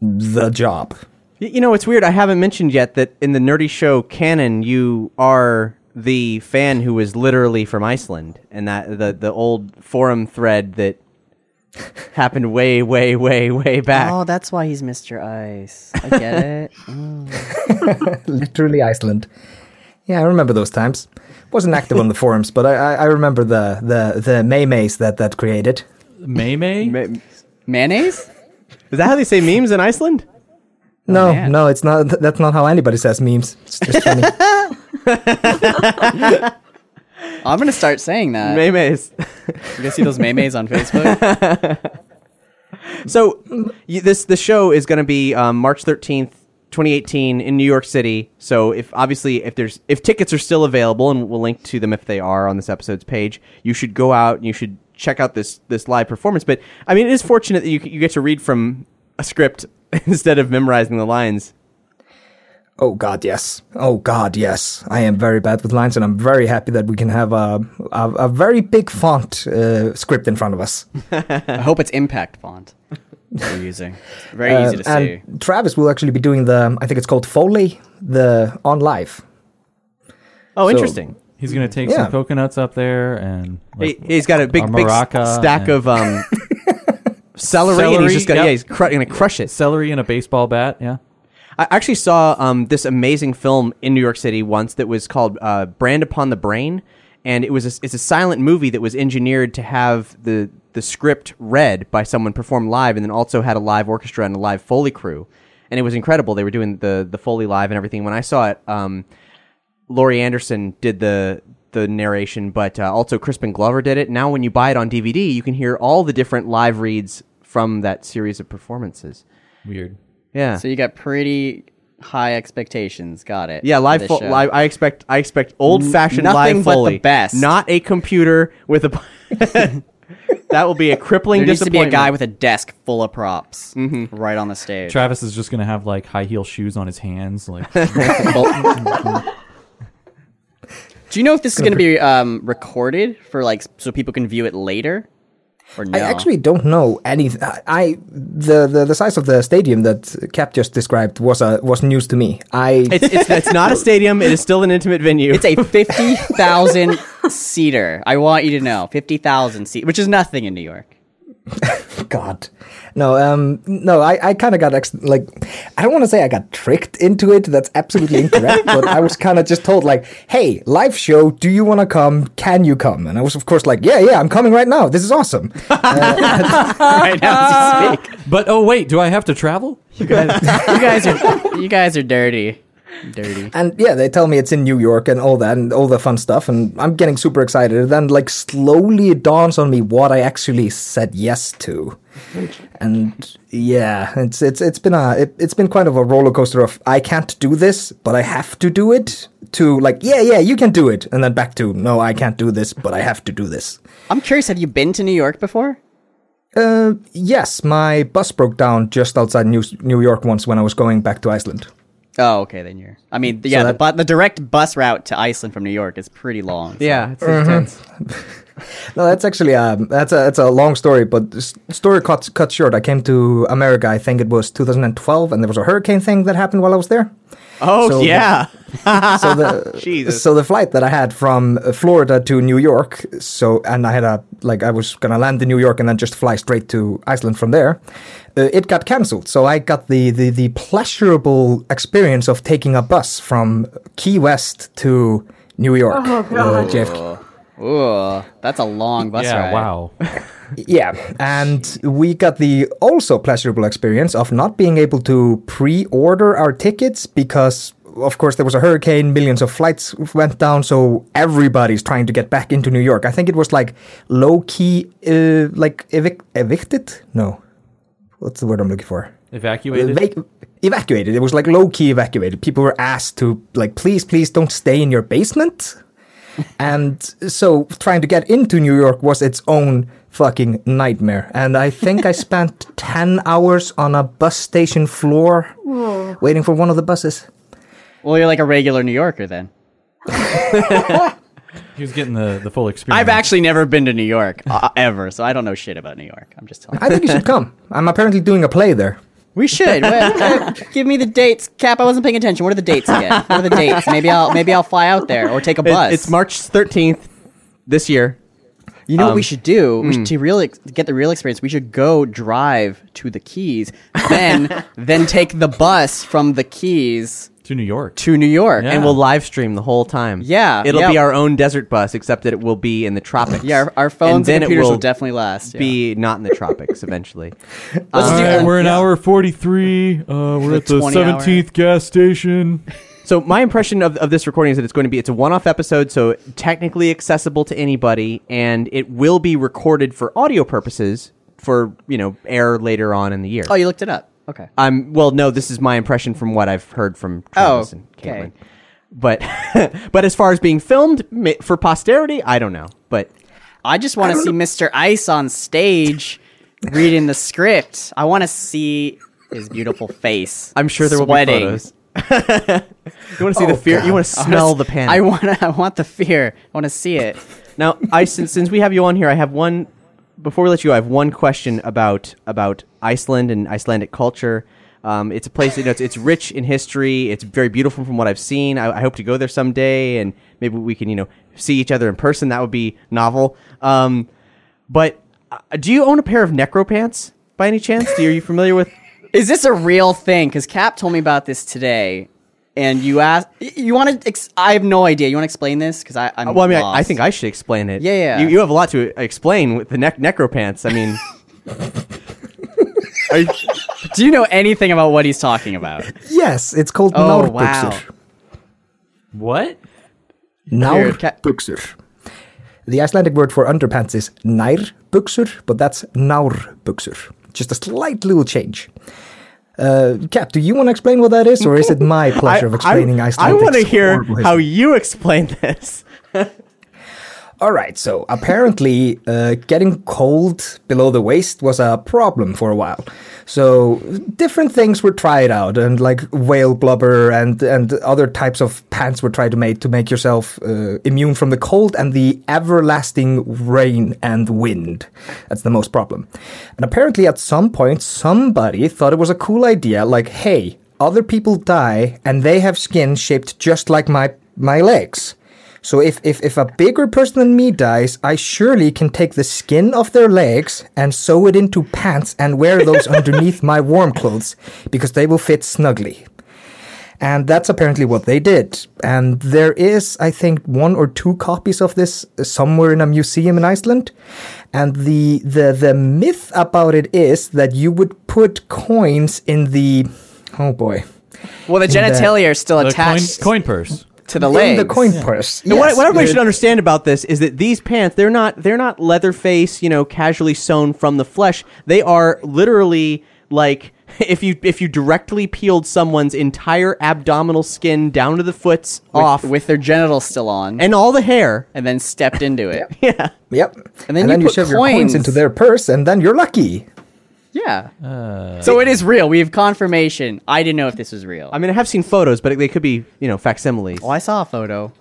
[SPEAKER 7] the job.
[SPEAKER 2] Y- You know, it's weird. I haven't mentioned yet that in the Nerdy Show canon, you are the fan who is literally from Iceland, and that the the old forum thread that happened way, way, way, way back.
[SPEAKER 3] Oh, that's why he's Mr. Ice. I get it.
[SPEAKER 7] Literally Iceland. Yeah, I remember those times. Wasn't active on the forums, but I, I, I remember the the the maymays that that created.
[SPEAKER 4] May May.
[SPEAKER 3] Mayonnaise?
[SPEAKER 2] Is that how they say memes in Iceland?
[SPEAKER 7] No,
[SPEAKER 3] Oh, man.
[SPEAKER 7] no, it's not. th- That's not how anybody says memes. It's just funny.
[SPEAKER 3] I'm gonna start saying that.
[SPEAKER 2] May May's.
[SPEAKER 3] You guys see those maymays on Facebook?
[SPEAKER 2] So y this the show is going to be um, March thirteenth, twenty eighteen, in New York City. So if obviously if there's if tickets are still available, and we'll link to them if they are on this episode's page, you should go out and you should check out this this live performance. But I mean, it is fortunate that you c- you get to read from a script instead of memorizing the lines.
[SPEAKER 7] Oh God, yes. Oh God, yes. I am very bad with lines, and I'm very happy that we can have a a, a very big font uh, script in front of us.
[SPEAKER 3] I hope it's impact font that you're using. It's very easy to
[SPEAKER 7] Uh,
[SPEAKER 3] see.
[SPEAKER 7] And Travis will actually be doing the, I think it's called Foley, the on live.
[SPEAKER 2] Oh,
[SPEAKER 7] So-
[SPEAKER 2] interesting.
[SPEAKER 4] He's gonna take
[SPEAKER 7] Yeah.
[SPEAKER 4] some coconuts up there and
[SPEAKER 2] He,
[SPEAKER 4] like,
[SPEAKER 2] he's got a big,
[SPEAKER 4] a
[SPEAKER 2] big s-
[SPEAKER 4] maraca
[SPEAKER 2] stack
[SPEAKER 4] and-
[SPEAKER 2] of um, celery, and
[SPEAKER 4] Celery,
[SPEAKER 2] he's just gonna,
[SPEAKER 4] yep.
[SPEAKER 2] yeah, he's cr- gonna crush it.
[SPEAKER 4] celery and a baseball bat. Yeah.
[SPEAKER 2] I actually saw um, this amazing film in New York City once that was called uh, "Brand Upon the Brain," and it was a, it's a silent movie that was engineered to have the the script read by someone performed live, and then also had a live orchestra and a live foley crew, and it was incredible. They were doing the the foley live and everything. When I saw it, um, Laurie Anderson did the the narration, but uh, also Crispin Glover did it. Now, when you buy it on DVD, you can hear all the different live reads from that series of performances.
[SPEAKER 4] Weird.
[SPEAKER 2] Yeah.
[SPEAKER 3] So you got pretty high expectations. Got it.
[SPEAKER 2] Yeah,
[SPEAKER 3] for
[SPEAKER 2] live,
[SPEAKER 3] this
[SPEAKER 2] fo-
[SPEAKER 3] show.
[SPEAKER 2] live. I expect, I expect old fashioned
[SPEAKER 3] nothing
[SPEAKER 2] live
[SPEAKER 3] but the
[SPEAKER 2] foley,
[SPEAKER 3] best.
[SPEAKER 2] Not a computer with a. that will be a crippling
[SPEAKER 3] There needs to be
[SPEAKER 2] disappointment.
[SPEAKER 3] a guy with a desk full of props right on the stage.
[SPEAKER 4] Travis is just gonna have like high heel shoes on his hands. Like
[SPEAKER 3] Do you know if this is going to be um, recorded for like so people can view it later? Or no?
[SPEAKER 7] I actually don't know any. I I- the, the the size of the stadium that Cap just described was a was news to me. I
[SPEAKER 2] It's, it's, it's not a stadium. It is still an intimate venue.
[SPEAKER 3] It's a 50,000 seater. I want you to know. 50,000 seat, which is nothing in New York.
[SPEAKER 7] God, no, um, no. I, I kind of got ex- like I don't want to say I got tricked into it. That's absolutely incorrect. but I was kind of just told like, hey, live show. Do you want to come? Can you come? And I was of course like, yeah, yeah, I'm coming right now. This is awesome.
[SPEAKER 3] Right now, as you speak.
[SPEAKER 4] But oh wait, do I have to travel?
[SPEAKER 3] You guys are you guys are dirty. Dirty.
[SPEAKER 7] And yeah, they tell me it's in New York and all that and all the fun stuff. And I'm getting super excited. And then, like, slowly it dawns on me what I actually said yes to. And yeah, it's it's it's been a it, it's been kind of a roller coaster of I can't do this, but I have to do it. To like, yeah, yeah, you can do it, and then back to no, I can't do this, but I have to do this.
[SPEAKER 3] I'm curious, have you been to New York before?
[SPEAKER 7] Uh, yes, my bus broke down just outside New New York once when I was going back to Iceland.
[SPEAKER 3] Oh, okay, then you're. I mean, yeah, the, bu- the direct bus route to Iceland from New York is pretty long. so-
[SPEAKER 2] yeah, it's intense.
[SPEAKER 7] No, that's actually um, that's a that's a long story, but s- story cut cut short. I came to America, I think it was 2012, and there was a hurricane thing that happened while I was there.
[SPEAKER 3] Oh,
[SPEAKER 7] So the-
[SPEAKER 3] yeah.
[SPEAKER 7] So the
[SPEAKER 3] Jesus.
[SPEAKER 7] so the flight that I had from uh, Florida to New York, so and I had a like I was gonna land in New York and then just fly straight to Iceland from there. Uh, it got cancelled, so I got the, the the pleasurable experience of taking a bus from Key West to New York. uh, JFK.
[SPEAKER 3] Ooh, that's a long bus
[SPEAKER 4] yeah,
[SPEAKER 3] ride.
[SPEAKER 4] wow.
[SPEAKER 7] Yeah, and we got the also pleasurable experience of not being able to pre-order our tickets because of course there was a hurricane, millions of flights went down, so everybody's trying to get back into New York. I think it was like low key uh, like evic- evicted? No. What's the word I'm looking for?
[SPEAKER 4] Evacuated.
[SPEAKER 7] Evac- evacuated. It was like low key evacuated. People were asked to like, please, please don't stay in your basement. and so trying to get into New York was its own fucking nightmare. And I think I spent 10 hours on a bus station floor waiting for one of the buses.
[SPEAKER 3] Well, you're like a regular New Yorker then.
[SPEAKER 4] He was getting the, the full experience.
[SPEAKER 3] I've actually never been to New York uh, ever, so I don't know shit about New York. I'm just telling you.
[SPEAKER 7] I think you should come. I'm apparently doing a play there.
[SPEAKER 3] We should. Well, uh, give me the dates, Cap. I wasn't paying attention. What are the dates again? What are the dates? Maybe I'll maybe I'll fly out there or take a bus.
[SPEAKER 2] It, it's March 13th this year.
[SPEAKER 3] You know what we should do we
[SPEAKER 2] Hmm.
[SPEAKER 3] should, to really ex- get the real experience. We should go drive to the Keys, then then take the bus from the Keys
[SPEAKER 4] to New York.
[SPEAKER 3] to New York,
[SPEAKER 4] Yeah.
[SPEAKER 3] and
[SPEAKER 2] And we'll live stream the whole time.
[SPEAKER 3] Yeah,
[SPEAKER 2] It'll
[SPEAKER 3] yeah.
[SPEAKER 2] be our own desert bus, except that it will be in the tropics.
[SPEAKER 3] yeah, our, our
[SPEAKER 2] and
[SPEAKER 3] phones
[SPEAKER 2] then
[SPEAKER 3] and,
[SPEAKER 2] it
[SPEAKER 3] computers will,
[SPEAKER 2] will,
[SPEAKER 3] definitely last. yeah.
[SPEAKER 2] be not in the tropics eventually.
[SPEAKER 3] Let's
[SPEAKER 4] All
[SPEAKER 3] do
[SPEAKER 4] right,
[SPEAKER 3] that.
[SPEAKER 4] we're an
[SPEAKER 3] Yeah.
[SPEAKER 4] hour 43. Uh, we're at the
[SPEAKER 3] 20 hour.
[SPEAKER 4] 17th gas station.
[SPEAKER 2] So my impression of, of this recording is that it's going to be it's a one-off episode, so technically accessible to anybody, and it will be recorded for audio purposes for you know air later on in the year.
[SPEAKER 3] Oh, you looked it up. Okay.
[SPEAKER 2] I'm well, no, this is my impression from what I've heard from Travis
[SPEAKER 3] Oh,
[SPEAKER 2] and
[SPEAKER 3] okay.
[SPEAKER 2] Caitlin. But but as far as being filmed ma- for posterity, I don't know. But
[SPEAKER 3] I just want to see Mr. Ice on stage reading the script. I want to see his beautiful face.
[SPEAKER 2] I'm sure there
[SPEAKER 3] sweating. Oh,
[SPEAKER 2] will be photos. you want to see the fear? You want to smell the panic?
[SPEAKER 3] I want. I want the fear. I want to see it.
[SPEAKER 2] Now, I since, since we have you on here, I have one. Before we let you, go, I have one question about about Iceland and Icelandic culture. Um, it's a place you know, it's, it's rich in history. It's very beautiful from what I've seen. I, I hope to go there someday, and maybe we can you know see each other in person. That would be novel. Um, but uh, do you own a pair of necro pants by any chance? Do you, are you familiar with?
[SPEAKER 3] Is this a real thing? Because Cap told me about this today, and you asked. You want to? Ex- I have no idea. You want to explain this? Because I. I'm
[SPEAKER 2] Well, I mean, I,
[SPEAKER 3] lost.
[SPEAKER 2] I think I should explain it.
[SPEAKER 3] Yeah, yeah.
[SPEAKER 2] You, you have a lot to explain with the nec- necro pants. I mean, are you,
[SPEAKER 3] Do you know anything about what he's talking about?
[SPEAKER 7] Yes, it's called
[SPEAKER 3] Oh wow!
[SPEAKER 7] Naurbukser.
[SPEAKER 4] What?
[SPEAKER 3] Weird. Ca-
[SPEAKER 7] Naurbukser. The Icelandic word for underpants is nærbuxur, but that's nárbukser. Just a slight little change. Uh, Cap, do you want to explain what that is, or is it my pleasure of explaining Icelandic?
[SPEAKER 2] want to hear
[SPEAKER 7] horrible
[SPEAKER 2] how
[SPEAKER 7] history?
[SPEAKER 2] you explain this.
[SPEAKER 7] All right, so apparently, uh, getting cold below the waist was a problem for a while. So different things were tried out, and like whale blubber and and other types of pants were tried to make to make yourself uh, immune from the cold and the everlasting rain and wind. That's the most problem. And apparently, at some point, somebody thought it was a cool idea. Like, hey, other people die, and they have skin shaped just like my my legs. So if, if, if a bigger person than me dies, I surely can take the skin off their legs and sew it into pants and wear those underneath my warm clothes because they will fit snugly. And that's apparently what they did. And there is, I think, one or two copies of this somewhere in a museum in Iceland. And the the the myth about it is that you would put coins in the oh boy.
[SPEAKER 3] Well, the genitalia are still attached
[SPEAKER 4] coin, coin purse.
[SPEAKER 3] to the
[SPEAKER 7] In
[SPEAKER 3] legs.
[SPEAKER 7] the coin purse.
[SPEAKER 2] No, what,
[SPEAKER 7] Yes.
[SPEAKER 2] what everybody should understand about this is that these pants they're not they're not leather face you know casually sewn from the flesh they are literally like if you if you directly peeled someone's entire abdominal skin down to the foots
[SPEAKER 3] with,
[SPEAKER 2] off
[SPEAKER 3] with their genitals still on, and,
[SPEAKER 2] and all the hair
[SPEAKER 3] then stepped into it.
[SPEAKER 7] Yep. And
[SPEAKER 3] then you put
[SPEAKER 7] shove your coins
[SPEAKER 3] coins.
[SPEAKER 7] into their purse, and then you're lucky.
[SPEAKER 3] yeah.
[SPEAKER 4] Uh.
[SPEAKER 3] so it is real. We have confirmation. I didn't know if this was real.
[SPEAKER 2] I mean I have seen photos but they could be you know facsimiles
[SPEAKER 3] well, I saw a photo.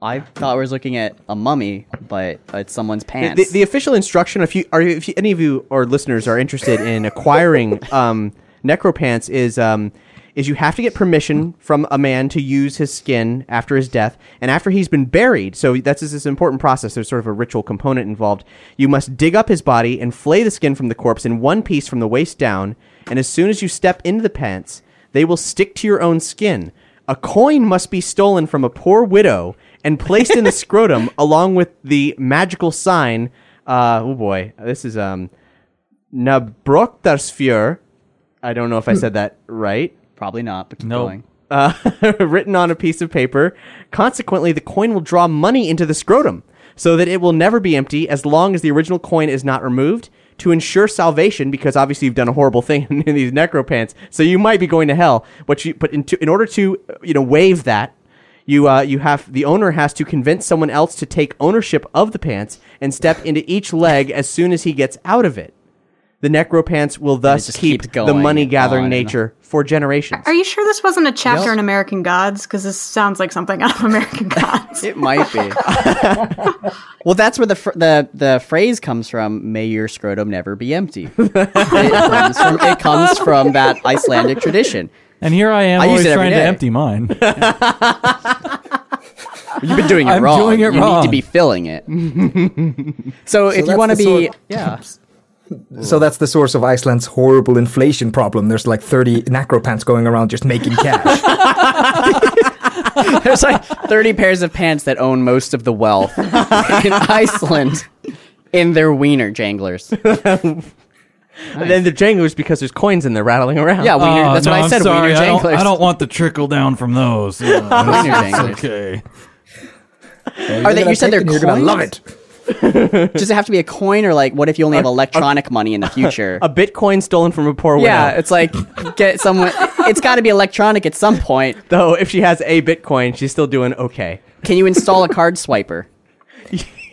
[SPEAKER 3] I thought I was looking at a mummy, but it's someone's
[SPEAKER 2] the,
[SPEAKER 3] pants.
[SPEAKER 2] the official instruction if you are if you, any of you or listeners are interested in acquiring um, necropants is um, is you have to get permission from a man to use his skin after his death and after he's been buried so that's this is an important process there's sort of a ritual component involved you must dig up his body and flay the skin from the corpse in one piece from the waist down and as soon as you step into the pants they will stick to your own skin a coin must be stolen from a poor widow and placed in the scrotum along with the magical sign. Uh, oh boy, this is um, Nabrochtarsfjör. I don't know if I said that right.
[SPEAKER 3] Probably not, but keep
[SPEAKER 4] Nope.
[SPEAKER 3] going.
[SPEAKER 2] Uh, written on a piece of paper. Consequently, the coin will draw money into the scrotum so that it will never be empty as long as the original coin is not removed to ensure salvation because obviously you've done a horrible thing in these necropants so you might be going to hell but you but in, to, in order to you know waive that you uh, you have the owner has to convince someone else to take ownership of the pants and step into each leg as soon as he gets out of it the necropants will thus
[SPEAKER 3] just
[SPEAKER 2] keep the
[SPEAKER 3] keeps going
[SPEAKER 2] money gathering
[SPEAKER 3] on and
[SPEAKER 2] nature for generations
[SPEAKER 5] Are you sure this wasn't a chapter in American Gods? Because this sounds like something out of American Gods.
[SPEAKER 3] It might be. well, that's where the, fr- the the phrase comes from. May your scrotum never be empty. it, comes from, it comes from that Icelandic tradition.
[SPEAKER 4] And here I am
[SPEAKER 3] I use
[SPEAKER 4] always
[SPEAKER 3] it every
[SPEAKER 4] trying to
[SPEAKER 3] day.
[SPEAKER 4] empty mine.
[SPEAKER 3] You've been doing it
[SPEAKER 4] I'm
[SPEAKER 3] wrong.
[SPEAKER 4] doing it
[SPEAKER 3] you need
[SPEAKER 4] wrong.
[SPEAKER 3] to be filling it. so, if you
[SPEAKER 7] that's
[SPEAKER 3] want to
[SPEAKER 7] the
[SPEAKER 3] be,
[SPEAKER 7] sort-
[SPEAKER 3] yeah,
[SPEAKER 7] So that's the source of Iceland's horrible inflation problem. There's like 30 necropants going around just making cash.
[SPEAKER 3] there's like 30 pairs of pants that own most of the wealth in Iceland in their wiener janglers.
[SPEAKER 2] And then they're janglers because there's coins in there rattling around.
[SPEAKER 3] Yeah, wiener.
[SPEAKER 4] Oh,
[SPEAKER 3] that's
[SPEAKER 4] no,
[SPEAKER 3] what I
[SPEAKER 4] I'm
[SPEAKER 3] said.
[SPEAKER 4] sorry.
[SPEAKER 3] Wiener
[SPEAKER 4] I don't-
[SPEAKER 3] janglers.
[SPEAKER 4] I don't want the trickle down from those. Yeah,
[SPEAKER 3] Wiener janglers.
[SPEAKER 4] okay.
[SPEAKER 3] Are they, you said they're
[SPEAKER 7] You're
[SPEAKER 3] coins?
[SPEAKER 7] gonna love it.
[SPEAKER 3] Does it have to be a coin or like what if you only have electronic money in the future?
[SPEAKER 2] A bitcoin stolen from a poor widow.
[SPEAKER 3] yeah, it's like get someone. It's got to be electronic at some point.
[SPEAKER 2] Though if she has a bitcoin, she's still doing okay.
[SPEAKER 3] Can you install a card swiper?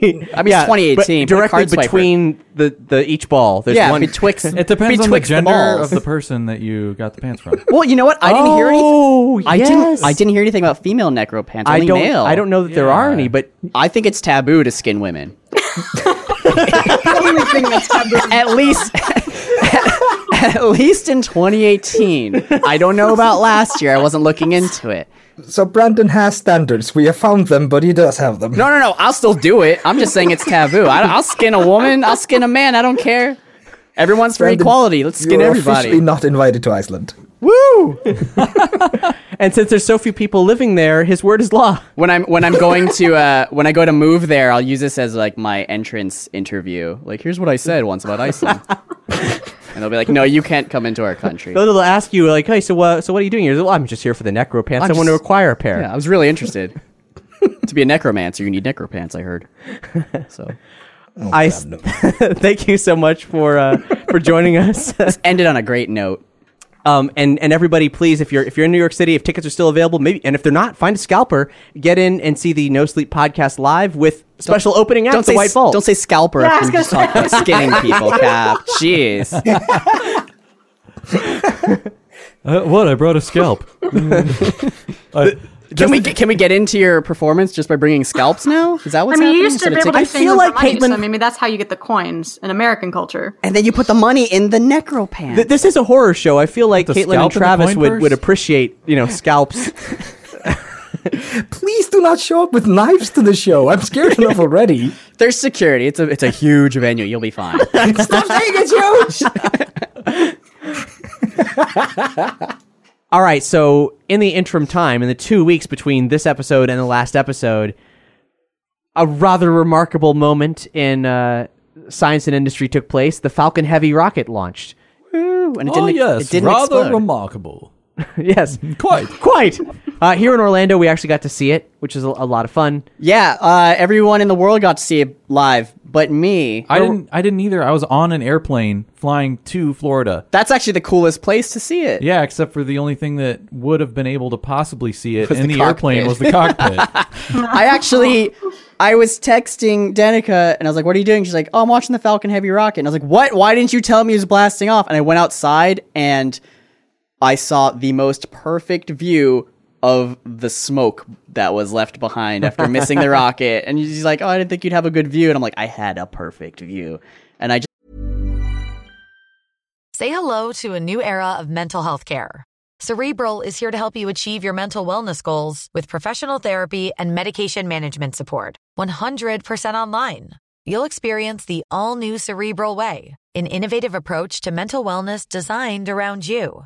[SPEAKER 2] I
[SPEAKER 3] mean, it's 2018, but a
[SPEAKER 2] directly
[SPEAKER 3] card swiper.
[SPEAKER 2] between the, the each ball. There's
[SPEAKER 3] yeah,
[SPEAKER 2] one.
[SPEAKER 3] betwixt.
[SPEAKER 4] It depends on the
[SPEAKER 3] betwixt
[SPEAKER 4] gender
[SPEAKER 3] balls.
[SPEAKER 4] of the person that you got the pants from.
[SPEAKER 3] Well, you know what? I didn't hear anything.
[SPEAKER 2] oh,
[SPEAKER 3] I
[SPEAKER 2] yes.
[SPEAKER 3] didn't. I didn't hear anything about female necropants.
[SPEAKER 2] I
[SPEAKER 3] Only
[SPEAKER 2] don't.
[SPEAKER 3] Male.
[SPEAKER 2] I don't know that there
[SPEAKER 4] Yeah.
[SPEAKER 2] are any, but
[SPEAKER 3] I think it's taboo to skin women. at least, at least in 2018. I don't know about last year. I wasn't looking into it.
[SPEAKER 7] So Brandon has standards. We have found them, but he does have them.
[SPEAKER 3] No, no, no. I'll still do it. I'm just saying it's taboo. I, I'll skin a woman. I'll skin a man. I don't care. Everyone's for
[SPEAKER 7] Brandon,
[SPEAKER 3] equality. Let's skin
[SPEAKER 7] You're
[SPEAKER 3] everybody.
[SPEAKER 7] officially not invited to Iceland.
[SPEAKER 2] and since there's so few people living there, his word is law.
[SPEAKER 3] when I'm when I'm going to uh, when I go to move there, I'll use this as like my entrance interview. Like, here's what I said once about Iceland, and they'll be like, "No, you can't come into our country."
[SPEAKER 2] So they'll ask you like, "Hey, so uh, so what are you doing here?" Well, I'm just here for the necro pants. I
[SPEAKER 3] I'm
[SPEAKER 2] want to
[SPEAKER 3] just-
[SPEAKER 2] acquire a pair.
[SPEAKER 3] Yeah, I was really interested. to be a necromancer, you need necropants. I heard. So
[SPEAKER 2] I s- thank you so much for uh, for joining us.
[SPEAKER 3] this ended on a great note.
[SPEAKER 2] Um, and and everybody, please, if you're if you're in New York City, if tickets are still available, maybe, and if they're not, find a scalper, get in and see the No Sleep podcast live with special opening act,
[SPEAKER 3] Don't
[SPEAKER 2] the
[SPEAKER 3] say
[SPEAKER 2] White Vault.
[SPEAKER 3] Don't say scalper.
[SPEAKER 5] Yeah, I
[SPEAKER 3] if
[SPEAKER 5] was
[SPEAKER 3] we just
[SPEAKER 5] gonna
[SPEAKER 3] talk about skinning people, Cap. Jeez.
[SPEAKER 4] Uh, what? I brought a scalp. I,
[SPEAKER 3] Can we get, can we get into your performance just by bringing scalps now? Is that
[SPEAKER 5] I
[SPEAKER 3] what's
[SPEAKER 5] mean,
[SPEAKER 3] happening?
[SPEAKER 5] you used to
[SPEAKER 3] Instead
[SPEAKER 5] be
[SPEAKER 3] of
[SPEAKER 5] able to
[SPEAKER 3] taking-
[SPEAKER 5] pay
[SPEAKER 3] I feel
[SPEAKER 5] them
[SPEAKER 3] like
[SPEAKER 5] for money,
[SPEAKER 3] Caitlin,
[SPEAKER 5] so maybe that's how you get the coins in American culture.
[SPEAKER 3] and then you put the money in the necropan.
[SPEAKER 2] Th- this is a horror show. I feel like
[SPEAKER 4] The
[SPEAKER 2] Caitlin and
[SPEAKER 4] scalp in the
[SPEAKER 2] Travis
[SPEAKER 4] coin
[SPEAKER 2] would,
[SPEAKER 4] purse?
[SPEAKER 2] would appreciate, you know, scalps.
[SPEAKER 7] Please do not show up with knives to the show. I'm scared enough already.
[SPEAKER 3] There's security. It's a it's a huge venue. You'll be fine.
[SPEAKER 7] Stop saying it's huge.
[SPEAKER 2] All right, so in the interim time, in the two weeks between this episode and the last episode, a rather remarkable moment in uh, science and industry took place. The Falcon Heavy rocket launched.
[SPEAKER 3] and it
[SPEAKER 4] oh
[SPEAKER 3] didn't,
[SPEAKER 4] yes,
[SPEAKER 3] it didn't
[SPEAKER 4] rather
[SPEAKER 3] explode.
[SPEAKER 4] remarkable.
[SPEAKER 2] yes,
[SPEAKER 4] Quite.
[SPEAKER 2] quite. Uh, here in Orlando, we actually got to see it, which is a, a lot of fun.
[SPEAKER 3] yeah, uh, everyone in the world got to see it live, but me.
[SPEAKER 4] I didn't. I didn't either. I was on an airplane flying to Florida.
[SPEAKER 3] That's actually the coolest place to see it.
[SPEAKER 4] Yeah, except for the only thing that would have been able to possibly see it in
[SPEAKER 3] the
[SPEAKER 4] the, airplane
[SPEAKER 3] cockpit.
[SPEAKER 4] was the cockpit.
[SPEAKER 3] I actually, I was texting Danica and I was like, "What are you doing?" She's like, "Oh, I'm watching the Falcon Heavy rocket." And I was like, "What? Why didn't you tell me it was blasting off?" And I went outside and I saw the most perfect view of the smoke that was left behind after missing the rocket. And she's like, "Oh, I didn't think you'd have a good view." And I'm like, "I had a perfect view." And I just
[SPEAKER 8] Say hello to a new era of mental health care. Cerebral is here to help you achieve your mental wellness goals with professional therapy and medication management support. 100% online. You'll experience the all new Cerebral Way, an innovative approach to mental wellness designed around you.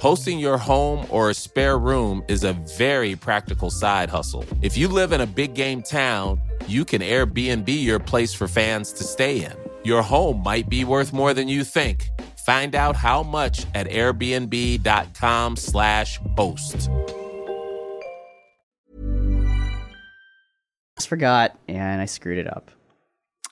[SPEAKER 1] Hosting your home or a spare room is a very practical side hustle. If you live in a big game town, you can Airbnb your place for fans to stay in. Your home might be worth more than you think. Find out how much at airbnb.com/slash host.
[SPEAKER 3] forgot and I screwed it up.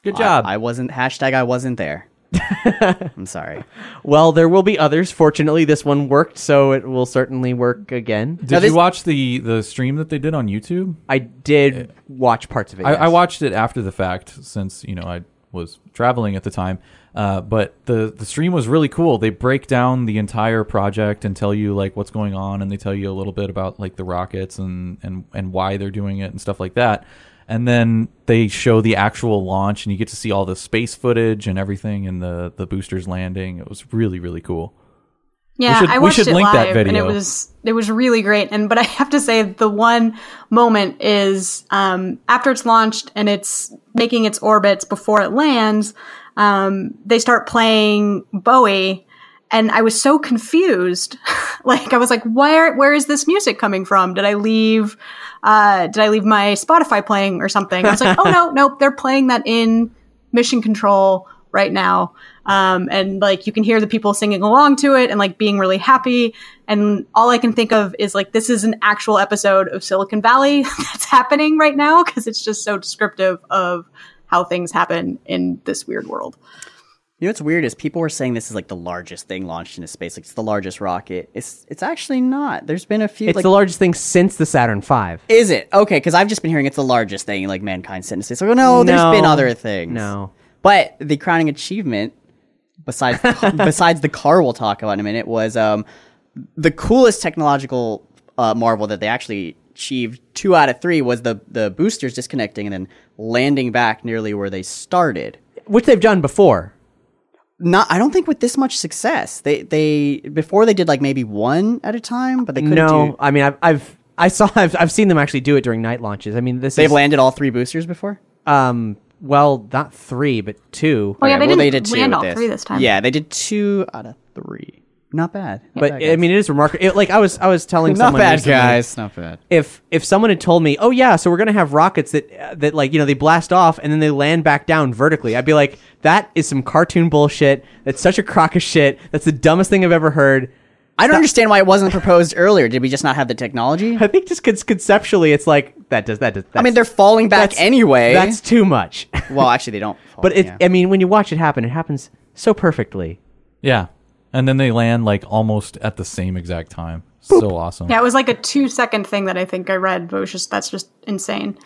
[SPEAKER 4] Good job.
[SPEAKER 3] I, I wasn't hashtag. I wasn't there. I'm sorry.
[SPEAKER 2] Well, there will be others. Fortunately, this one worked, so it will certainly work again.
[SPEAKER 4] did you watch the the stream that they did on YouTube?
[SPEAKER 2] I did watch parts of it.
[SPEAKER 4] I, I
[SPEAKER 2] yes.
[SPEAKER 4] watched it after the fact since you know I was traveling at the time. Uh, but the the stream was really cool. They break down the entire project and tell you like what's going on, and they tell you a little bit about like the rockets and and and why they're doing it and stuff like that. And then they show the actual launch, and you get to see all the space footage and everything, and the the boosters landing. It was really really cool.
[SPEAKER 5] Yeah,
[SPEAKER 4] should-
[SPEAKER 5] I
[SPEAKER 4] we
[SPEAKER 5] watched
[SPEAKER 4] should
[SPEAKER 5] it
[SPEAKER 4] link
[SPEAKER 5] live,
[SPEAKER 4] that
[SPEAKER 5] and it
[SPEAKER 4] video.
[SPEAKER 5] was it was really great. And but I have to say, the one moment is um, after it's launched and it's making its orbits before it lands. Um, they start playing Bowie, and I was so confused. like I was like, where where is this music coming from? Did I leave? Uh, did I leave my Spotify playing or something? I was like, oh no, nope, they're playing that in Mission Control right now. Um, and like you can hear the people singing along to it and like being really happy. And all I can think of is like this is an actual episode of Silicon Valley that's happening right now because it's just so descriptive of how things happen in this weird world.
[SPEAKER 3] You know what's weird is people were saying this is like the largest thing launched into space. Like it's the largest rocket. It's it's actually not. There's been a few.
[SPEAKER 2] It's
[SPEAKER 3] like,
[SPEAKER 2] the largest thing since the Saturn V.
[SPEAKER 3] is it okay? Because I've just been hearing it's the largest thing like mankind sent into space. Like, well, no,
[SPEAKER 2] No.
[SPEAKER 3] there's been other things.
[SPEAKER 2] No.
[SPEAKER 3] but the crowning achievement, besides besides the car we'll talk about in a minute, was um the coolest technological uh, marvel that they actually achieved. Two out of three was the the boosters disconnecting and then landing back nearly where they started.
[SPEAKER 2] which they've done before.
[SPEAKER 3] not I don't think with this much success. They they before they did like maybe one at a time, but they couldn't
[SPEAKER 2] no,
[SPEAKER 3] do
[SPEAKER 2] I mean I've I've I saw I've, I've seen them actually do it during night launches. I mean this
[SPEAKER 3] They've
[SPEAKER 2] is
[SPEAKER 3] landed all three boosters before?
[SPEAKER 2] um well, not three, but two.
[SPEAKER 5] Oh yeah, they
[SPEAKER 3] well,
[SPEAKER 5] didn't
[SPEAKER 3] they did two
[SPEAKER 5] land
[SPEAKER 3] with
[SPEAKER 5] all
[SPEAKER 3] this.
[SPEAKER 5] three this time.
[SPEAKER 3] Yeah, they did two out of three. Not bad.
[SPEAKER 2] But I mean, it is remarkable. It, like I was, I was telling
[SPEAKER 3] not
[SPEAKER 2] someone
[SPEAKER 3] bad,
[SPEAKER 2] recently,
[SPEAKER 3] guys. Not bad.
[SPEAKER 2] If if someone had told me, oh yeah, so we're gonna have rockets that uh, that like you know they blast off and then they land back down vertically, I'd be like, that is some cartoon bullshit. That's such a crock of shit. That's the dumbest thing I've ever heard.
[SPEAKER 3] I don't understand why it wasn't proposed earlier. Did we just not have the technology?
[SPEAKER 2] I think just con- conceptually, it's like that does that does.
[SPEAKER 3] I
[SPEAKER 2] that's-
[SPEAKER 3] mean, they're falling back
[SPEAKER 2] that's-
[SPEAKER 3] anyway.
[SPEAKER 2] That's too much.
[SPEAKER 3] well, actually, they don't. Fall,
[SPEAKER 2] but it,
[SPEAKER 3] yeah.
[SPEAKER 2] I mean, when you watch it happen, it happens so perfectly.
[SPEAKER 4] Yeah. And then they land like almost at the same exact time. So awesome.
[SPEAKER 5] Yeah, it was like a two second thing that I think I read, but it was just that's just insane.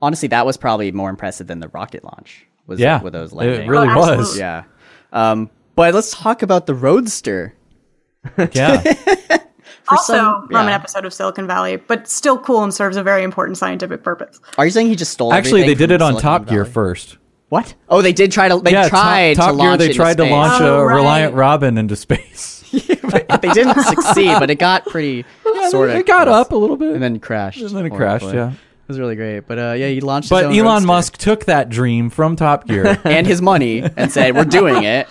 [SPEAKER 3] honestly, that was probably more impressive than the rocket launch. Was
[SPEAKER 4] Yeah.
[SPEAKER 3] with those
[SPEAKER 4] It
[SPEAKER 3] landings.
[SPEAKER 4] really
[SPEAKER 5] Oh,
[SPEAKER 4] was.
[SPEAKER 5] absolutely.
[SPEAKER 3] yeah. Um, but let's talk about the Roadster.
[SPEAKER 4] Yeah.
[SPEAKER 5] also
[SPEAKER 3] some-
[SPEAKER 5] from an
[SPEAKER 3] yeah.
[SPEAKER 5] episode of Silicon Valley, but still cool and serves a very important scientific purpose.
[SPEAKER 3] Are you saying he just stole?
[SPEAKER 4] Actually, they
[SPEAKER 3] everything
[SPEAKER 4] did
[SPEAKER 3] from
[SPEAKER 4] it on
[SPEAKER 3] Silicon
[SPEAKER 4] Top Gear
[SPEAKER 3] Valley?
[SPEAKER 4] first.
[SPEAKER 2] What?
[SPEAKER 3] Oh, they did try to. They
[SPEAKER 4] yeah, Top-
[SPEAKER 3] tried
[SPEAKER 4] Top,
[SPEAKER 3] to
[SPEAKER 4] Gear.
[SPEAKER 3] launch
[SPEAKER 4] They
[SPEAKER 3] into
[SPEAKER 4] tried to
[SPEAKER 3] space.
[SPEAKER 4] launch
[SPEAKER 5] Oh,
[SPEAKER 4] a
[SPEAKER 5] right.
[SPEAKER 4] Reliant Robin into space.
[SPEAKER 3] they didn't succeed, but it got pretty sort of.
[SPEAKER 4] it got up a little bit,
[SPEAKER 3] and then crashed.
[SPEAKER 4] and then it crashed.
[SPEAKER 3] horribly.
[SPEAKER 4] Yeah.
[SPEAKER 3] it was really great. But uh, yeah, he launched. his
[SPEAKER 4] But
[SPEAKER 3] own
[SPEAKER 4] Elon
[SPEAKER 3] Roadster
[SPEAKER 4] Musk took that dream from Top Gear.
[SPEAKER 3] and his money and said, "We're doing it."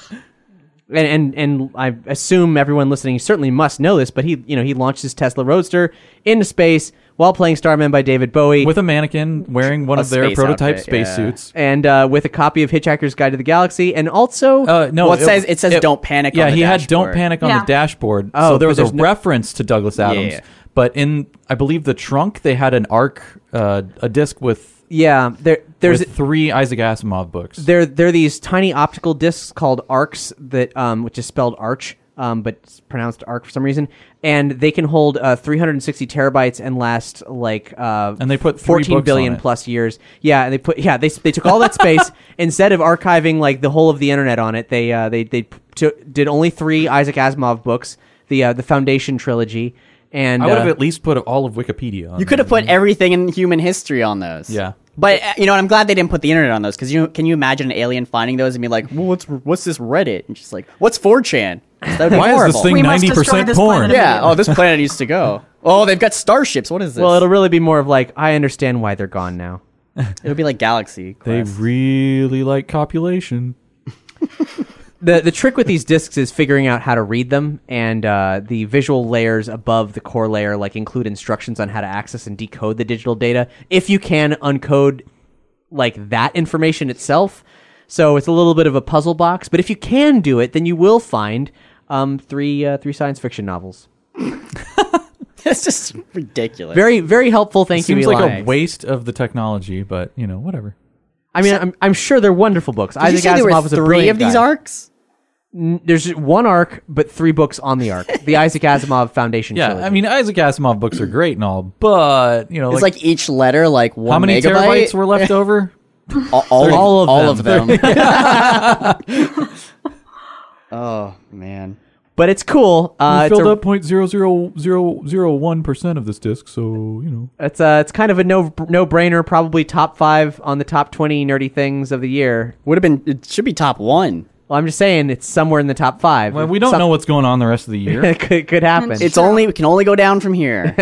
[SPEAKER 2] and and and I assume everyone listening certainly must know this, but he you know he launched his Tesla Roadster into space while playing Starman by David Bowie
[SPEAKER 4] with a mannequin wearing one
[SPEAKER 3] A
[SPEAKER 4] of their
[SPEAKER 3] space
[SPEAKER 4] prototype
[SPEAKER 3] outfit, yeah.
[SPEAKER 4] spacesuits.
[SPEAKER 2] and uh, with a copy of Hitchhiker's Guide to the Galaxy, and also
[SPEAKER 4] Uh, no,
[SPEAKER 3] Well, it says- it says don't panic
[SPEAKER 4] Yeah,
[SPEAKER 3] on the
[SPEAKER 4] he had don't
[SPEAKER 3] dashboard.
[SPEAKER 4] panic on
[SPEAKER 5] Yeah.
[SPEAKER 4] the dashboard.
[SPEAKER 2] Oh,
[SPEAKER 4] so
[SPEAKER 2] but
[SPEAKER 4] there was a
[SPEAKER 2] there's no-
[SPEAKER 4] reference to Douglas Adams,
[SPEAKER 3] yeah.
[SPEAKER 4] but in I believe the trunk they had an arc, uh, a disc with
[SPEAKER 2] yeah there there's
[SPEAKER 4] with three Isaac Asimov books.
[SPEAKER 2] there there are these tiny optical discs called arcs that um, which is spelled arch um, but it's pronounced arc for some reason and they can hold uh, 360 terabytes and last like uh,
[SPEAKER 4] And they put three
[SPEAKER 2] 14
[SPEAKER 4] books
[SPEAKER 2] billion
[SPEAKER 4] on it.
[SPEAKER 2] plus years yeah and they put yeah they, they took all that space instead of archiving like the whole of the internet on it they uh, they they p- took- did only three Isaac Asimov books the uh, the foundation trilogy and
[SPEAKER 4] I would have
[SPEAKER 2] uh,
[SPEAKER 4] at least put all of Wikipedia. On
[SPEAKER 3] You could have put everything in human history on those.
[SPEAKER 4] Yeah.
[SPEAKER 3] But uh, you know, I'm glad they didn't put the internet on those because you know, can you imagine an alien finding those and be like, well, "What's what's this Reddit?" And just like, "What's 4chan?" That would be
[SPEAKER 4] Why is
[SPEAKER 3] horrible.
[SPEAKER 4] this thing
[SPEAKER 5] We must
[SPEAKER 4] ninety
[SPEAKER 5] destroy
[SPEAKER 4] percent
[SPEAKER 5] this
[SPEAKER 4] porn?
[SPEAKER 5] planet.
[SPEAKER 3] Yeah. Oh, this planet used to go. Oh, they've got starships. What is this?
[SPEAKER 2] well it'll really be more of like I understand why they're gone now
[SPEAKER 3] it'll be like Galaxy.
[SPEAKER 4] They
[SPEAKER 3] Quest.
[SPEAKER 4] really like copulation.
[SPEAKER 2] the the trick with these discs is figuring out how to read them, and uh, the visual layers above the core layer like include instructions on how to access and decode the digital data. If you can uncode like that information itself, so it's a little bit of a puzzle box. But if you can do it, then you will find um, three uh, three science fiction novels.
[SPEAKER 3] That's just ridiculous.
[SPEAKER 2] Very very helpful. Thank you,
[SPEAKER 4] Seems
[SPEAKER 2] Eli.
[SPEAKER 4] like a waste of the technology, but you know whatever.
[SPEAKER 2] I mean, I'm, I'm sure they're wonderful books.
[SPEAKER 3] Did you say there were
[SPEAKER 2] Asimov was a
[SPEAKER 3] three
[SPEAKER 2] brilliant
[SPEAKER 3] of these
[SPEAKER 2] guy.
[SPEAKER 3] arcs?
[SPEAKER 2] There's one arc, but three books on the arc. The Isaac Asimov Foundation.
[SPEAKER 4] Yeah,
[SPEAKER 2] trilogy.
[SPEAKER 4] I mean Isaac Asimov books are great and all, but you know
[SPEAKER 3] It's like each letter, like one
[SPEAKER 4] how many
[SPEAKER 3] megabyte?
[SPEAKER 4] terabytes were left over?
[SPEAKER 3] all, all,
[SPEAKER 4] All
[SPEAKER 3] all
[SPEAKER 4] of
[SPEAKER 3] of
[SPEAKER 4] them.
[SPEAKER 3] them. oh man.
[SPEAKER 2] but it's cool. Uh,
[SPEAKER 4] I
[SPEAKER 2] it's
[SPEAKER 4] filled
[SPEAKER 2] a-
[SPEAKER 4] up point zero zero zero zero one percent of this disc, so you know.
[SPEAKER 2] It's uh, it's kind of a no no brainer. Probably top five on the top twenty nerdy things of the year.
[SPEAKER 3] Would have been. It should be top one.
[SPEAKER 2] Well, I'm just saying it's somewhere in the top five.
[SPEAKER 4] Well, we don't
[SPEAKER 2] Some-
[SPEAKER 4] know what's going on the rest of the year.
[SPEAKER 2] it could, could happen.
[SPEAKER 3] It's only. We can only go down from here.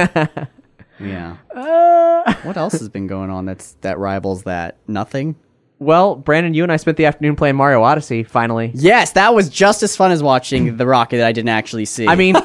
[SPEAKER 3] yeah.
[SPEAKER 2] Uh.
[SPEAKER 3] what else has been going on that's that rivals that? Nothing.
[SPEAKER 2] well, Brandon, you and I spent the afternoon playing Mario Odyssey. Finally,
[SPEAKER 3] Yes, that was just as fun as watching the rocket that I didn't actually see.
[SPEAKER 2] I mean,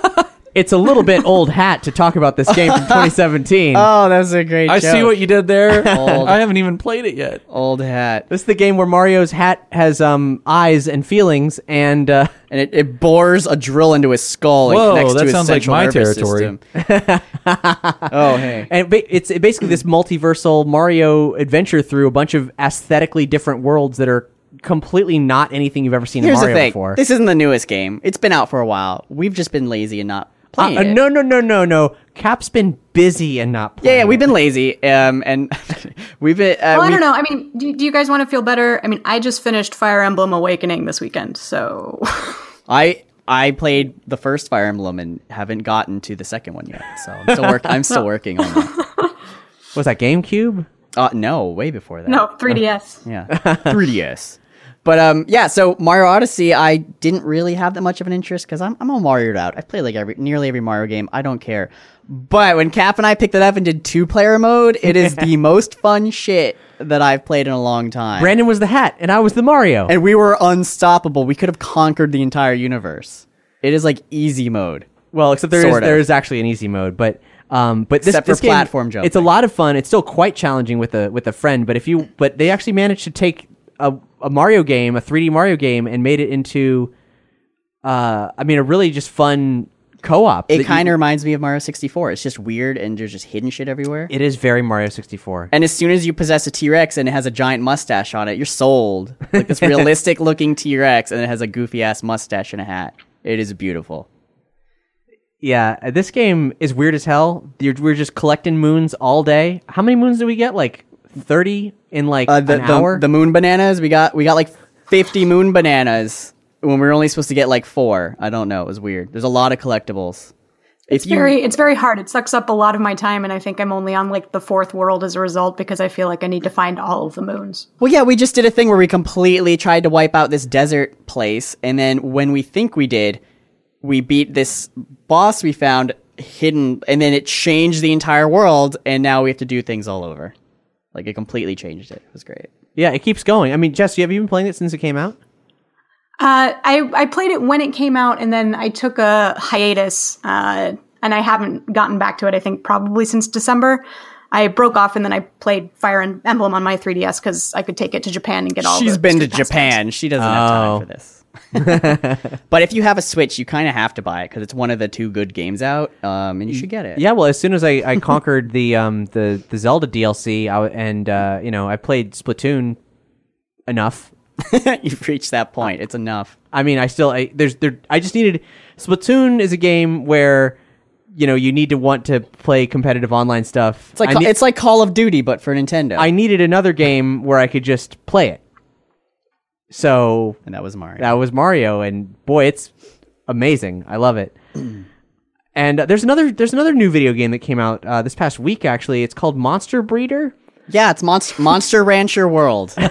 [SPEAKER 2] it's a little bit old hat to talk about this game from 2017.
[SPEAKER 4] Uh,
[SPEAKER 3] oh, that was a great.
[SPEAKER 4] I see what you did there.
[SPEAKER 3] Old.
[SPEAKER 4] I haven't even played it yet.
[SPEAKER 3] old hat,
[SPEAKER 2] this is the game where Mario's hat has um eyes and feelings, and uh,
[SPEAKER 3] and it, it bores a drill into his skull. and
[SPEAKER 4] Whoa,
[SPEAKER 3] connects
[SPEAKER 4] that
[SPEAKER 3] to his
[SPEAKER 4] sounds like
[SPEAKER 3] central
[SPEAKER 4] my
[SPEAKER 3] nervous
[SPEAKER 4] territory.
[SPEAKER 3] system. oh hey,
[SPEAKER 2] and ba- it's basically this multiversal Mario adventure through a bunch of aesthetically different worlds that are completely not anything you've ever seen
[SPEAKER 3] here's
[SPEAKER 2] in Mario
[SPEAKER 3] the thing.
[SPEAKER 2] before.
[SPEAKER 3] This isn't the newest game. It's been out for a while. We've just been lazy and not
[SPEAKER 2] Uh,
[SPEAKER 3] playing
[SPEAKER 2] uh,
[SPEAKER 3] it.
[SPEAKER 2] no, no, no, no, no. Cap's been busy and not
[SPEAKER 3] Yeah,
[SPEAKER 2] playing.
[SPEAKER 3] yeah, we've been lazy, um, and we've been. Uh,
[SPEAKER 5] Well, Oh, I
[SPEAKER 3] we-
[SPEAKER 5] don't know. I mean, do, do you guys want to feel better? I mean, I just finished Fire Emblem Awakening this weekend, so
[SPEAKER 3] I I played the first Fire Emblem and haven't gotten to the second one yet, so I'm still work. I'm still working on that.
[SPEAKER 2] Was that GameCube?
[SPEAKER 3] Uh, no, way before that.
[SPEAKER 5] no 3ds.
[SPEAKER 3] Yeah, 3DS. But um, yeah, so Mario Odyssey, I didn't really have that much of an interest because I'm, I'm all Marioed out. I've played like every nearly every Mario game. I don't care. But when Cap and I picked it up and did two player mode, it is the most fun shit that I've played in a long time.
[SPEAKER 2] Brandon was the hat, and I was the Mario.
[SPEAKER 3] and we were unstoppable. We could have conquered the entire universe. It is like easy mode.
[SPEAKER 2] Well, except there is
[SPEAKER 3] Sort of.
[SPEAKER 2] there is actually an easy mode, but um, but this,
[SPEAKER 3] Except for
[SPEAKER 2] this game,
[SPEAKER 3] platform jumping.
[SPEAKER 2] it's a lot of fun. It's still quite challenging with a with a friend, but if you but they actually managed to take a, a Mario game, a 3D Mario game, and made it into, uh, I mean, a really just fun co-op. that
[SPEAKER 3] It
[SPEAKER 2] you-
[SPEAKER 3] kind of reminds me of Mario 64. It's just weird and there's just hidden shit everywhere.
[SPEAKER 2] it is very Mario 64.
[SPEAKER 3] and as soon as you possess a T Rex and it has a giant mustache on it, you're sold. Like this realistic looking T Rex and it has a goofy ass mustache and a hat. It is beautiful.
[SPEAKER 2] Yeah, uh, this game is weird as hell. You're, we're just collecting moons all day. How many moons do we get? Like thirty in like
[SPEAKER 3] Uh, the,
[SPEAKER 2] an
[SPEAKER 3] the,
[SPEAKER 2] hour.
[SPEAKER 3] the moon bananas, we got we got like 50 moon bananas when we were only supposed to get like four. I don't know. It was weird. There's a lot of collectibles. If
[SPEAKER 5] It's very it's very hard. It sucks up a lot of my time, and I think I'm only on like the fourth world as a result because I feel like I need to find all of the moons.
[SPEAKER 3] Well, yeah, we just did a thing where we completely tried to wipe out this desert place, and then when we think we did, we beat this boss we found hidden, and then it changed the entire world, and now we have to do things all over. Like it completely changed it. It was great.
[SPEAKER 2] yeah, it keeps going. I mean, Jess, you have you been playing it since it came out?
[SPEAKER 5] Uh, I I played it when it came out, and then I took a hiatus, uh, and I haven't gotten back to it. I think probably since December. I broke off, and then I played Fire Em- Emblem on my 3DS because I could take it to Japan and get all.
[SPEAKER 3] She's
[SPEAKER 5] the
[SPEAKER 3] been to
[SPEAKER 5] street pass points.
[SPEAKER 3] Japan. She doesn't have time for this. but if you have a Switch, you kind of have to buy it because it's one of the two good games out, um, and you should get it.
[SPEAKER 2] Yeah, well, as soon as I, I conquered the um the, the Zelda DLC, I, w- and uh, you know I played Splatoon enough.
[SPEAKER 3] you've reached that point. It's enough.
[SPEAKER 2] I mean, I still I there's there I just needed Splatoon is a game where you know you need to want to play competitive online stuff.
[SPEAKER 3] It's like
[SPEAKER 2] I, ne-
[SPEAKER 3] it's like Call of Duty, but for Nintendo.
[SPEAKER 2] I needed another game where I could just play it. So
[SPEAKER 3] and that was Mario.
[SPEAKER 2] that was Mario, and boy, it's amazing. I love it. and uh, there's another there's another new video game that came out uh, this past week. Actually, it's called Monster Breeder.
[SPEAKER 3] Yeah, it's Monster Monster Rancher World. no,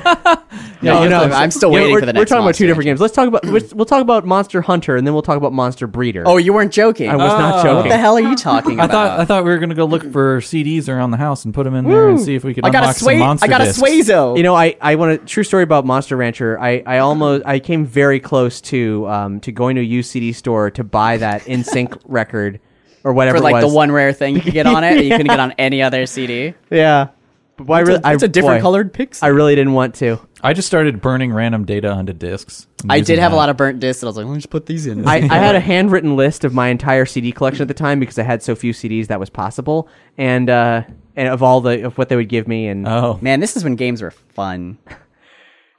[SPEAKER 3] no, I'm, still
[SPEAKER 2] Yeah,
[SPEAKER 3] waiting
[SPEAKER 2] we're,
[SPEAKER 3] for the
[SPEAKER 2] we're
[SPEAKER 3] next.
[SPEAKER 2] talking about two
[SPEAKER 3] Monster
[SPEAKER 2] different games. Let's talk about let's- we'll talk about Monster Hunter, and then we'll talk about Monster Breeder.
[SPEAKER 3] Rancher. Oh, you weren't joking.
[SPEAKER 2] I
[SPEAKER 3] Oh.
[SPEAKER 2] was not joking.
[SPEAKER 3] what the hell are you talking
[SPEAKER 4] I
[SPEAKER 3] about?
[SPEAKER 4] thought I thought we were gonna go look for CDs around the house and put them in there and see if we could
[SPEAKER 3] I got a
[SPEAKER 4] unlock some
[SPEAKER 3] sway.
[SPEAKER 4] monster
[SPEAKER 3] I got a
[SPEAKER 4] discs.
[SPEAKER 3] Swayzo.
[SPEAKER 2] You know, I, I want a true story about Monster Rancher. I, I almost I came very close to um to going to a used CD store to buy that NSYNC record or whatever
[SPEAKER 3] for
[SPEAKER 2] it
[SPEAKER 3] like the
[SPEAKER 2] was.
[SPEAKER 3] one rare thing you could get on it, and you couldn't get on any other CD.
[SPEAKER 2] Yeah, but why?
[SPEAKER 3] It's,
[SPEAKER 2] really,
[SPEAKER 3] a, it's
[SPEAKER 2] I,
[SPEAKER 3] a different
[SPEAKER 2] boy,
[SPEAKER 3] colored pixel.
[SPEAKER 2] I really didn't want to.
[SPEAKER 4] I just started burning random data onto discs. and
[SPEAKER 3] I
[SPEAKER 4] using
[SPEAKER 3] did have a
[SPEAKER 4] that.
[SPEAKER 3] lot of burnt discs, and I was like, let's put these in.
[SPEAKER 2] I, I had a handwritten list of my entire CD collection at the time because I had so few CDs that was possible, and uh, and of all the of what they would give me, and
[SPEAKER 4] Oh,
[SPEAKER 3] Man, this is when games were fun.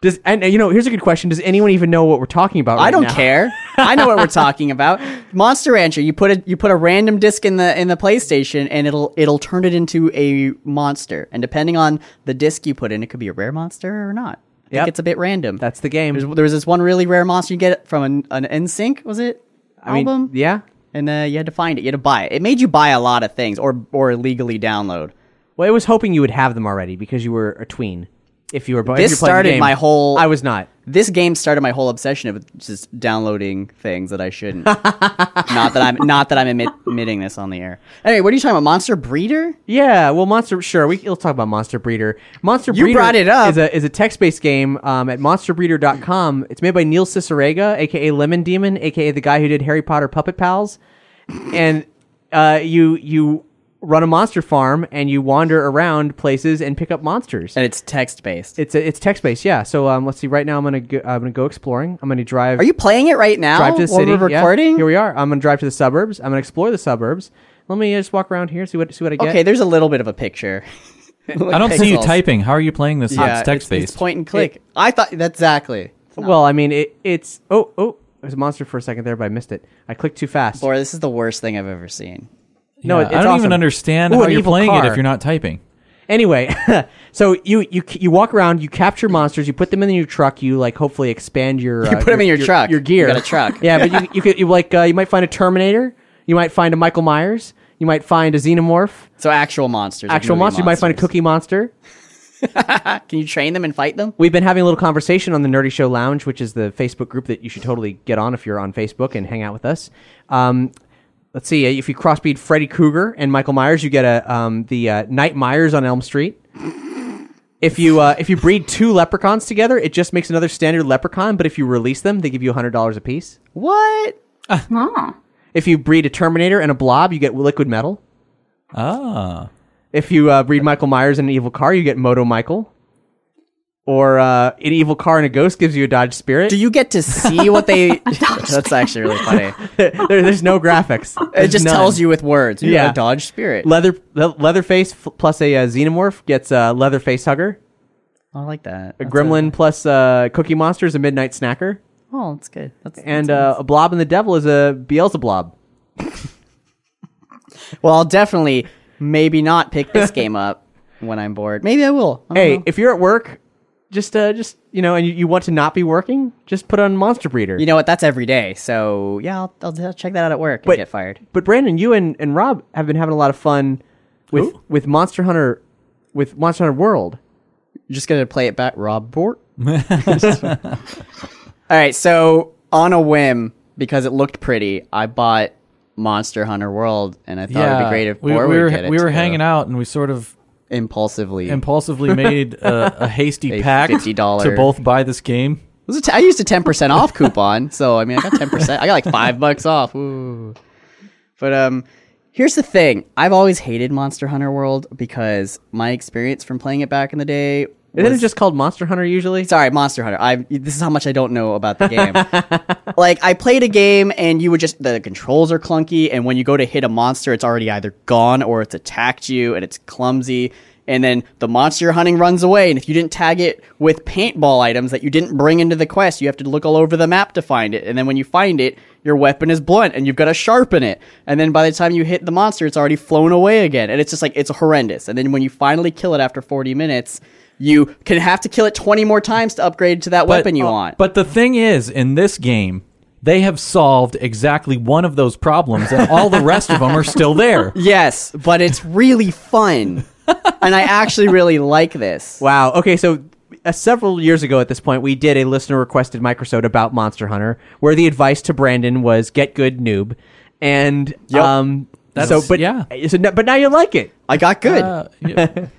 [SPEAKER 2] does and uh, you know here's a good question: Does anyone even know what we're talking about?
[SPEAKER 3] I
[SPEAKER 2] right
[SPEAKER 3] don't
[SPEAKER 2] now?
[SPEAKER 3] care. I know what we're talking about. Monster Rancher. You put a you put a random disc in the in the PlayStation, and it'll it'll turn it into a monster. And depending on the disc you put in, it could be a rare monster or not. I
[SPEAKER 2] Yep.
[SPEAKER 3] think it's a bit random.
[SPEAKER 2] That's the game.
[SPEAKER 3] There's, there was this one really rare monster you get from an, an NSYNC, was it?
[SPEAKER 2] I mean,
[SPEAKER 3] album?
[SPEAKER 2] yeah.
[SPEAKER 3] And uh, you had to find it. You had to buy it. It made you buy a lot of things or or illegally download.
[SPEAKER 2] Well, I was hoping you would have them already because you were a tween. If you were, if you were
[SPEAKER 3] This
[SPEAKER 2] playing the
[SPEAKER 3] started
[SPEAKER 2] game.
[SPEAKER 3] my whole-
[SPEAKER 2] I was not.
[SPEAKER 3] This game started my whole obsession of just downloading things that I shouldn't. not that I'm not that I'm admit, admitting this on the air. Anyway, what are you talking about? Monster Breeder?
[SPEAKER 2] Yeah, well, Monster. Sure, we, we'll talk about Monster Breeder. Monster
[SPEAKER 3] You
[SPEAKER 2] Breeder
[SPEAKER 3] brought it up.
[SPEAKER 2] is a is a text based game um, at monsterbreeder.com. It's made by Neil Cicerega, aka Lemon Demon, aka the guy who did Harry Potter Puppet Pals, and uh, you you run a monster farm and you wander around places and pick up monsters.
[SPEAKER 3] And it's text based.
[SPEAKER 2] it's a, it's text based, yeah. So um, let's see. Right now, I'm gonna go, I'm gonna go exploring. I'm gonna drive.
[SPEAKER 3] Are you playing it right now?
[SPEAKER 2] drive to the
[SPEAKER 3] while
[SPEAKER 2] city.
[SPEAKER 3] We're
[SPEAKER 2] yeah.
[SPEAKER 3] recording.
[SPEAKER 2] Here we are. I'm gonna drive to the suburbs. I'm gonna explore the suburbs. Let me uh, just walk around here, see what see what I get.
[SPEAKER 3] Okay, there's a little bit of a picture.
[SPEAKER 4] I don't see you typing. How are you playing this?
[SPEAKER 3] Yeah,
[SPEAKER 4] it's text
[SPEAKER 3] it's-
[SPEAKER 4] based.
[SPEAKER 3] It's point and click. I thought that's exactly.
[SPEAKER 2] Well, I mean, it, it's oh oh. There's a monster for a second there, but I missed it. I clicked too fast.
[SPEAKER 3] Or this is the worst thing I've ever seen.
[SPEAKER 2] no,
[SPEAKER 4] Yeah,
[SPEAKER 2] it- it's
[SPEAKER 4] I don't
[SPEAKER 2] awesome.
[SPEAKER 4] even understand
[SPEAKER 2] Ooh,
[SPEAKER 4] how
[SPEAKER 2] an
[SPEAKER 4] you're
[SPEAKER 2] evil
[SPEAKER 4] playing it
[SPEAKER 2] car.
[SPEAKER 4] if you're not typing.
[SPEAKER 2] Anyway, so you you you walk around, you capture monsters, you put them in your truck, you like hopefully expand your you
[SPEAKER 3] put 'em in your truck.
[SPEAKER 2] your gear,
[SPEAKER 3] You got a truck.
[SPEAKER 2] yeah, but you you could you like uh, you might find a Terminator, you might find a Michael Myers, you might find a Xenomorph,
[SPEAKER 3] So actual monsters. like
[SPEAKER 2] actual
[SPEAKER 3] movie
[SPEAKER 2] monster, you might find a
[SPEAKER 3] monsters.
[SPEAKER 2] Cookie Monster,
[SPEAKER 3] Can you train them and fight them?
[SPEAKER 2] We've been having a little conversation on the Nerdy Show Lounge, which is the Facebook group that you should totally get on if you're on Facebook and hang out with us. Um, let's see, if you crossbreed Freddy Krueger and Michael Myers, you get a um, the uh, Night Myers on Elm Street. If you uh, if you breed two leprechauns together, it just makes another standard leprechaun. But if you release them, they give you hundred dollars apiece.
[SPEAKER 3] What?
[SPEAKER 5] Oh.
[SPEAKER 2] If you breed a Terminator and a Blob, you get liquid metal.
[SPEAKER 4] Ah.
[SPEAKER 2] If you uh, breed Michael Myers in an evil car, you get Moto Michael. Or uh, an evil car and a ghost gives you a Dodge Spirit.
[SPEAKER 3] Do you get to see what they? That's actually really funny.
[SPEAKER 2] there, there's no graphics.
[SPEAKER 3] It just tells you with words. You
[SPEAKER 2] Yeah.
[SPEAKER 3] yeah, dodge spirit.
[SPEAKER 2] leather le- Leatherface f- plus a uh, Xenomorph gets a uh, Leatherface Hugger.
[SPEAKER 3] I like that.
[SPEAKER 2] A Gremlin plus uh, Cookie Monster is a Midnight Snacker,
[SPEAKER 3] Oh, that's good. That's,
[SPEAKER 2] and uh, a Blob and the Devil is a Beelzeblob.
[SPEAKER 3] well, I'll definitely maybe not pick this game up when I'm bored. Maybe I will. I don't
[SPEAKER 2] Hey,
[SPEAKER 3] know.
[SPEAKER 2] if you're at work, just uh, just you know, and you, you want to not be working, just put on Monster Breeder.
[SPEAKER 3] you know what? That's every day. So yeah, I'll, I'll, I'll check that out at work and
[SPEAKER 2] But-
[SPEAKER 3] get fired.
[SPEAKER 2] But Brandon, you and, and Rob have been having a lot of fun with with Monster Hunter, with Monster Hunter World.
[SPEAKER 3] You're just gonna play it back, Rob Bort. All right. So on a whim, because it looked pretty, I bought Monster Hunter World, and I thought it'd be great if
[SPEAKER 4] we,
[SPEAKER 3] Bort
[SPEAKER 4] we
[SPEAKER 3] would
[SPEAKER 4] were
[SPEAKER 3] get it
[SPEAKER 4] we were
[SPEAKER 3] too.
[SPEAKER 4] hanging out and we sort of
[SPEAKER 3] impulsively.
[SPEAKER 4] impulsively made a, a hasty
[SPEAKER 3] A
[SPEAKER 4] pact
[SPEAKER 3] $50
[SPEAKER 4] to both buy this game.
[SPEAKER 3] It was a t- I used a ten percent off coupon, so I mean I got ten percent. I got like five bucks off. Ooh. But um, here's the thing: I've always hated Monster Hunter World because my experience from playing it back in the day.
[SPEAKER 2] Isn't
[SPEAKER 3] was-
[SPEAKER 2] it just called Monster Hunter usually?
[SPEAKER 3] Sorry, Monster Hunter. I this is how much I don't know about the game. like I played a game and you would just the controls are clunky and when you go to hit a monster it's already either gone or it's attacked you and it's clumsy and then the monster you're hunting runs away and if you didn't tag it with paintball items that you didn't bring into the quest you have to look all over the map to find it and then when you find it your weapon is blunt and you've got to sharpen it and then by the time you hit the monster it's already flown away again and it's just like it's horrendous and then when you finally kill it after 40 minutes you can have to kill it 20 more times to upgrade to that weapon you
[SPEAKER 4] uh,
[SPEAKER 3] want
[SPEAKER 4] But the thing is, in this game, they have solved exactly one of those problems, and all the rest of them are still there.
[SPEAKER 3] Yes, but it's really fun. and I actually really like this.
[SPEAKER 2] Wow. Okay, so uh, several years ago at this point, we did a listener requested microsode about Monster Hunter, where the advice to Brandon was get good noob, and um,
[SPEAKER 4] That's-
[SPEAKER 2] so but uh,
[SPEAKER 4] yeah.
[SPEAKER 2] so, no- but now you like it.
[SPEAKER 3] I got good.
[SPEAKER 4] Uh, yeah. Yeah.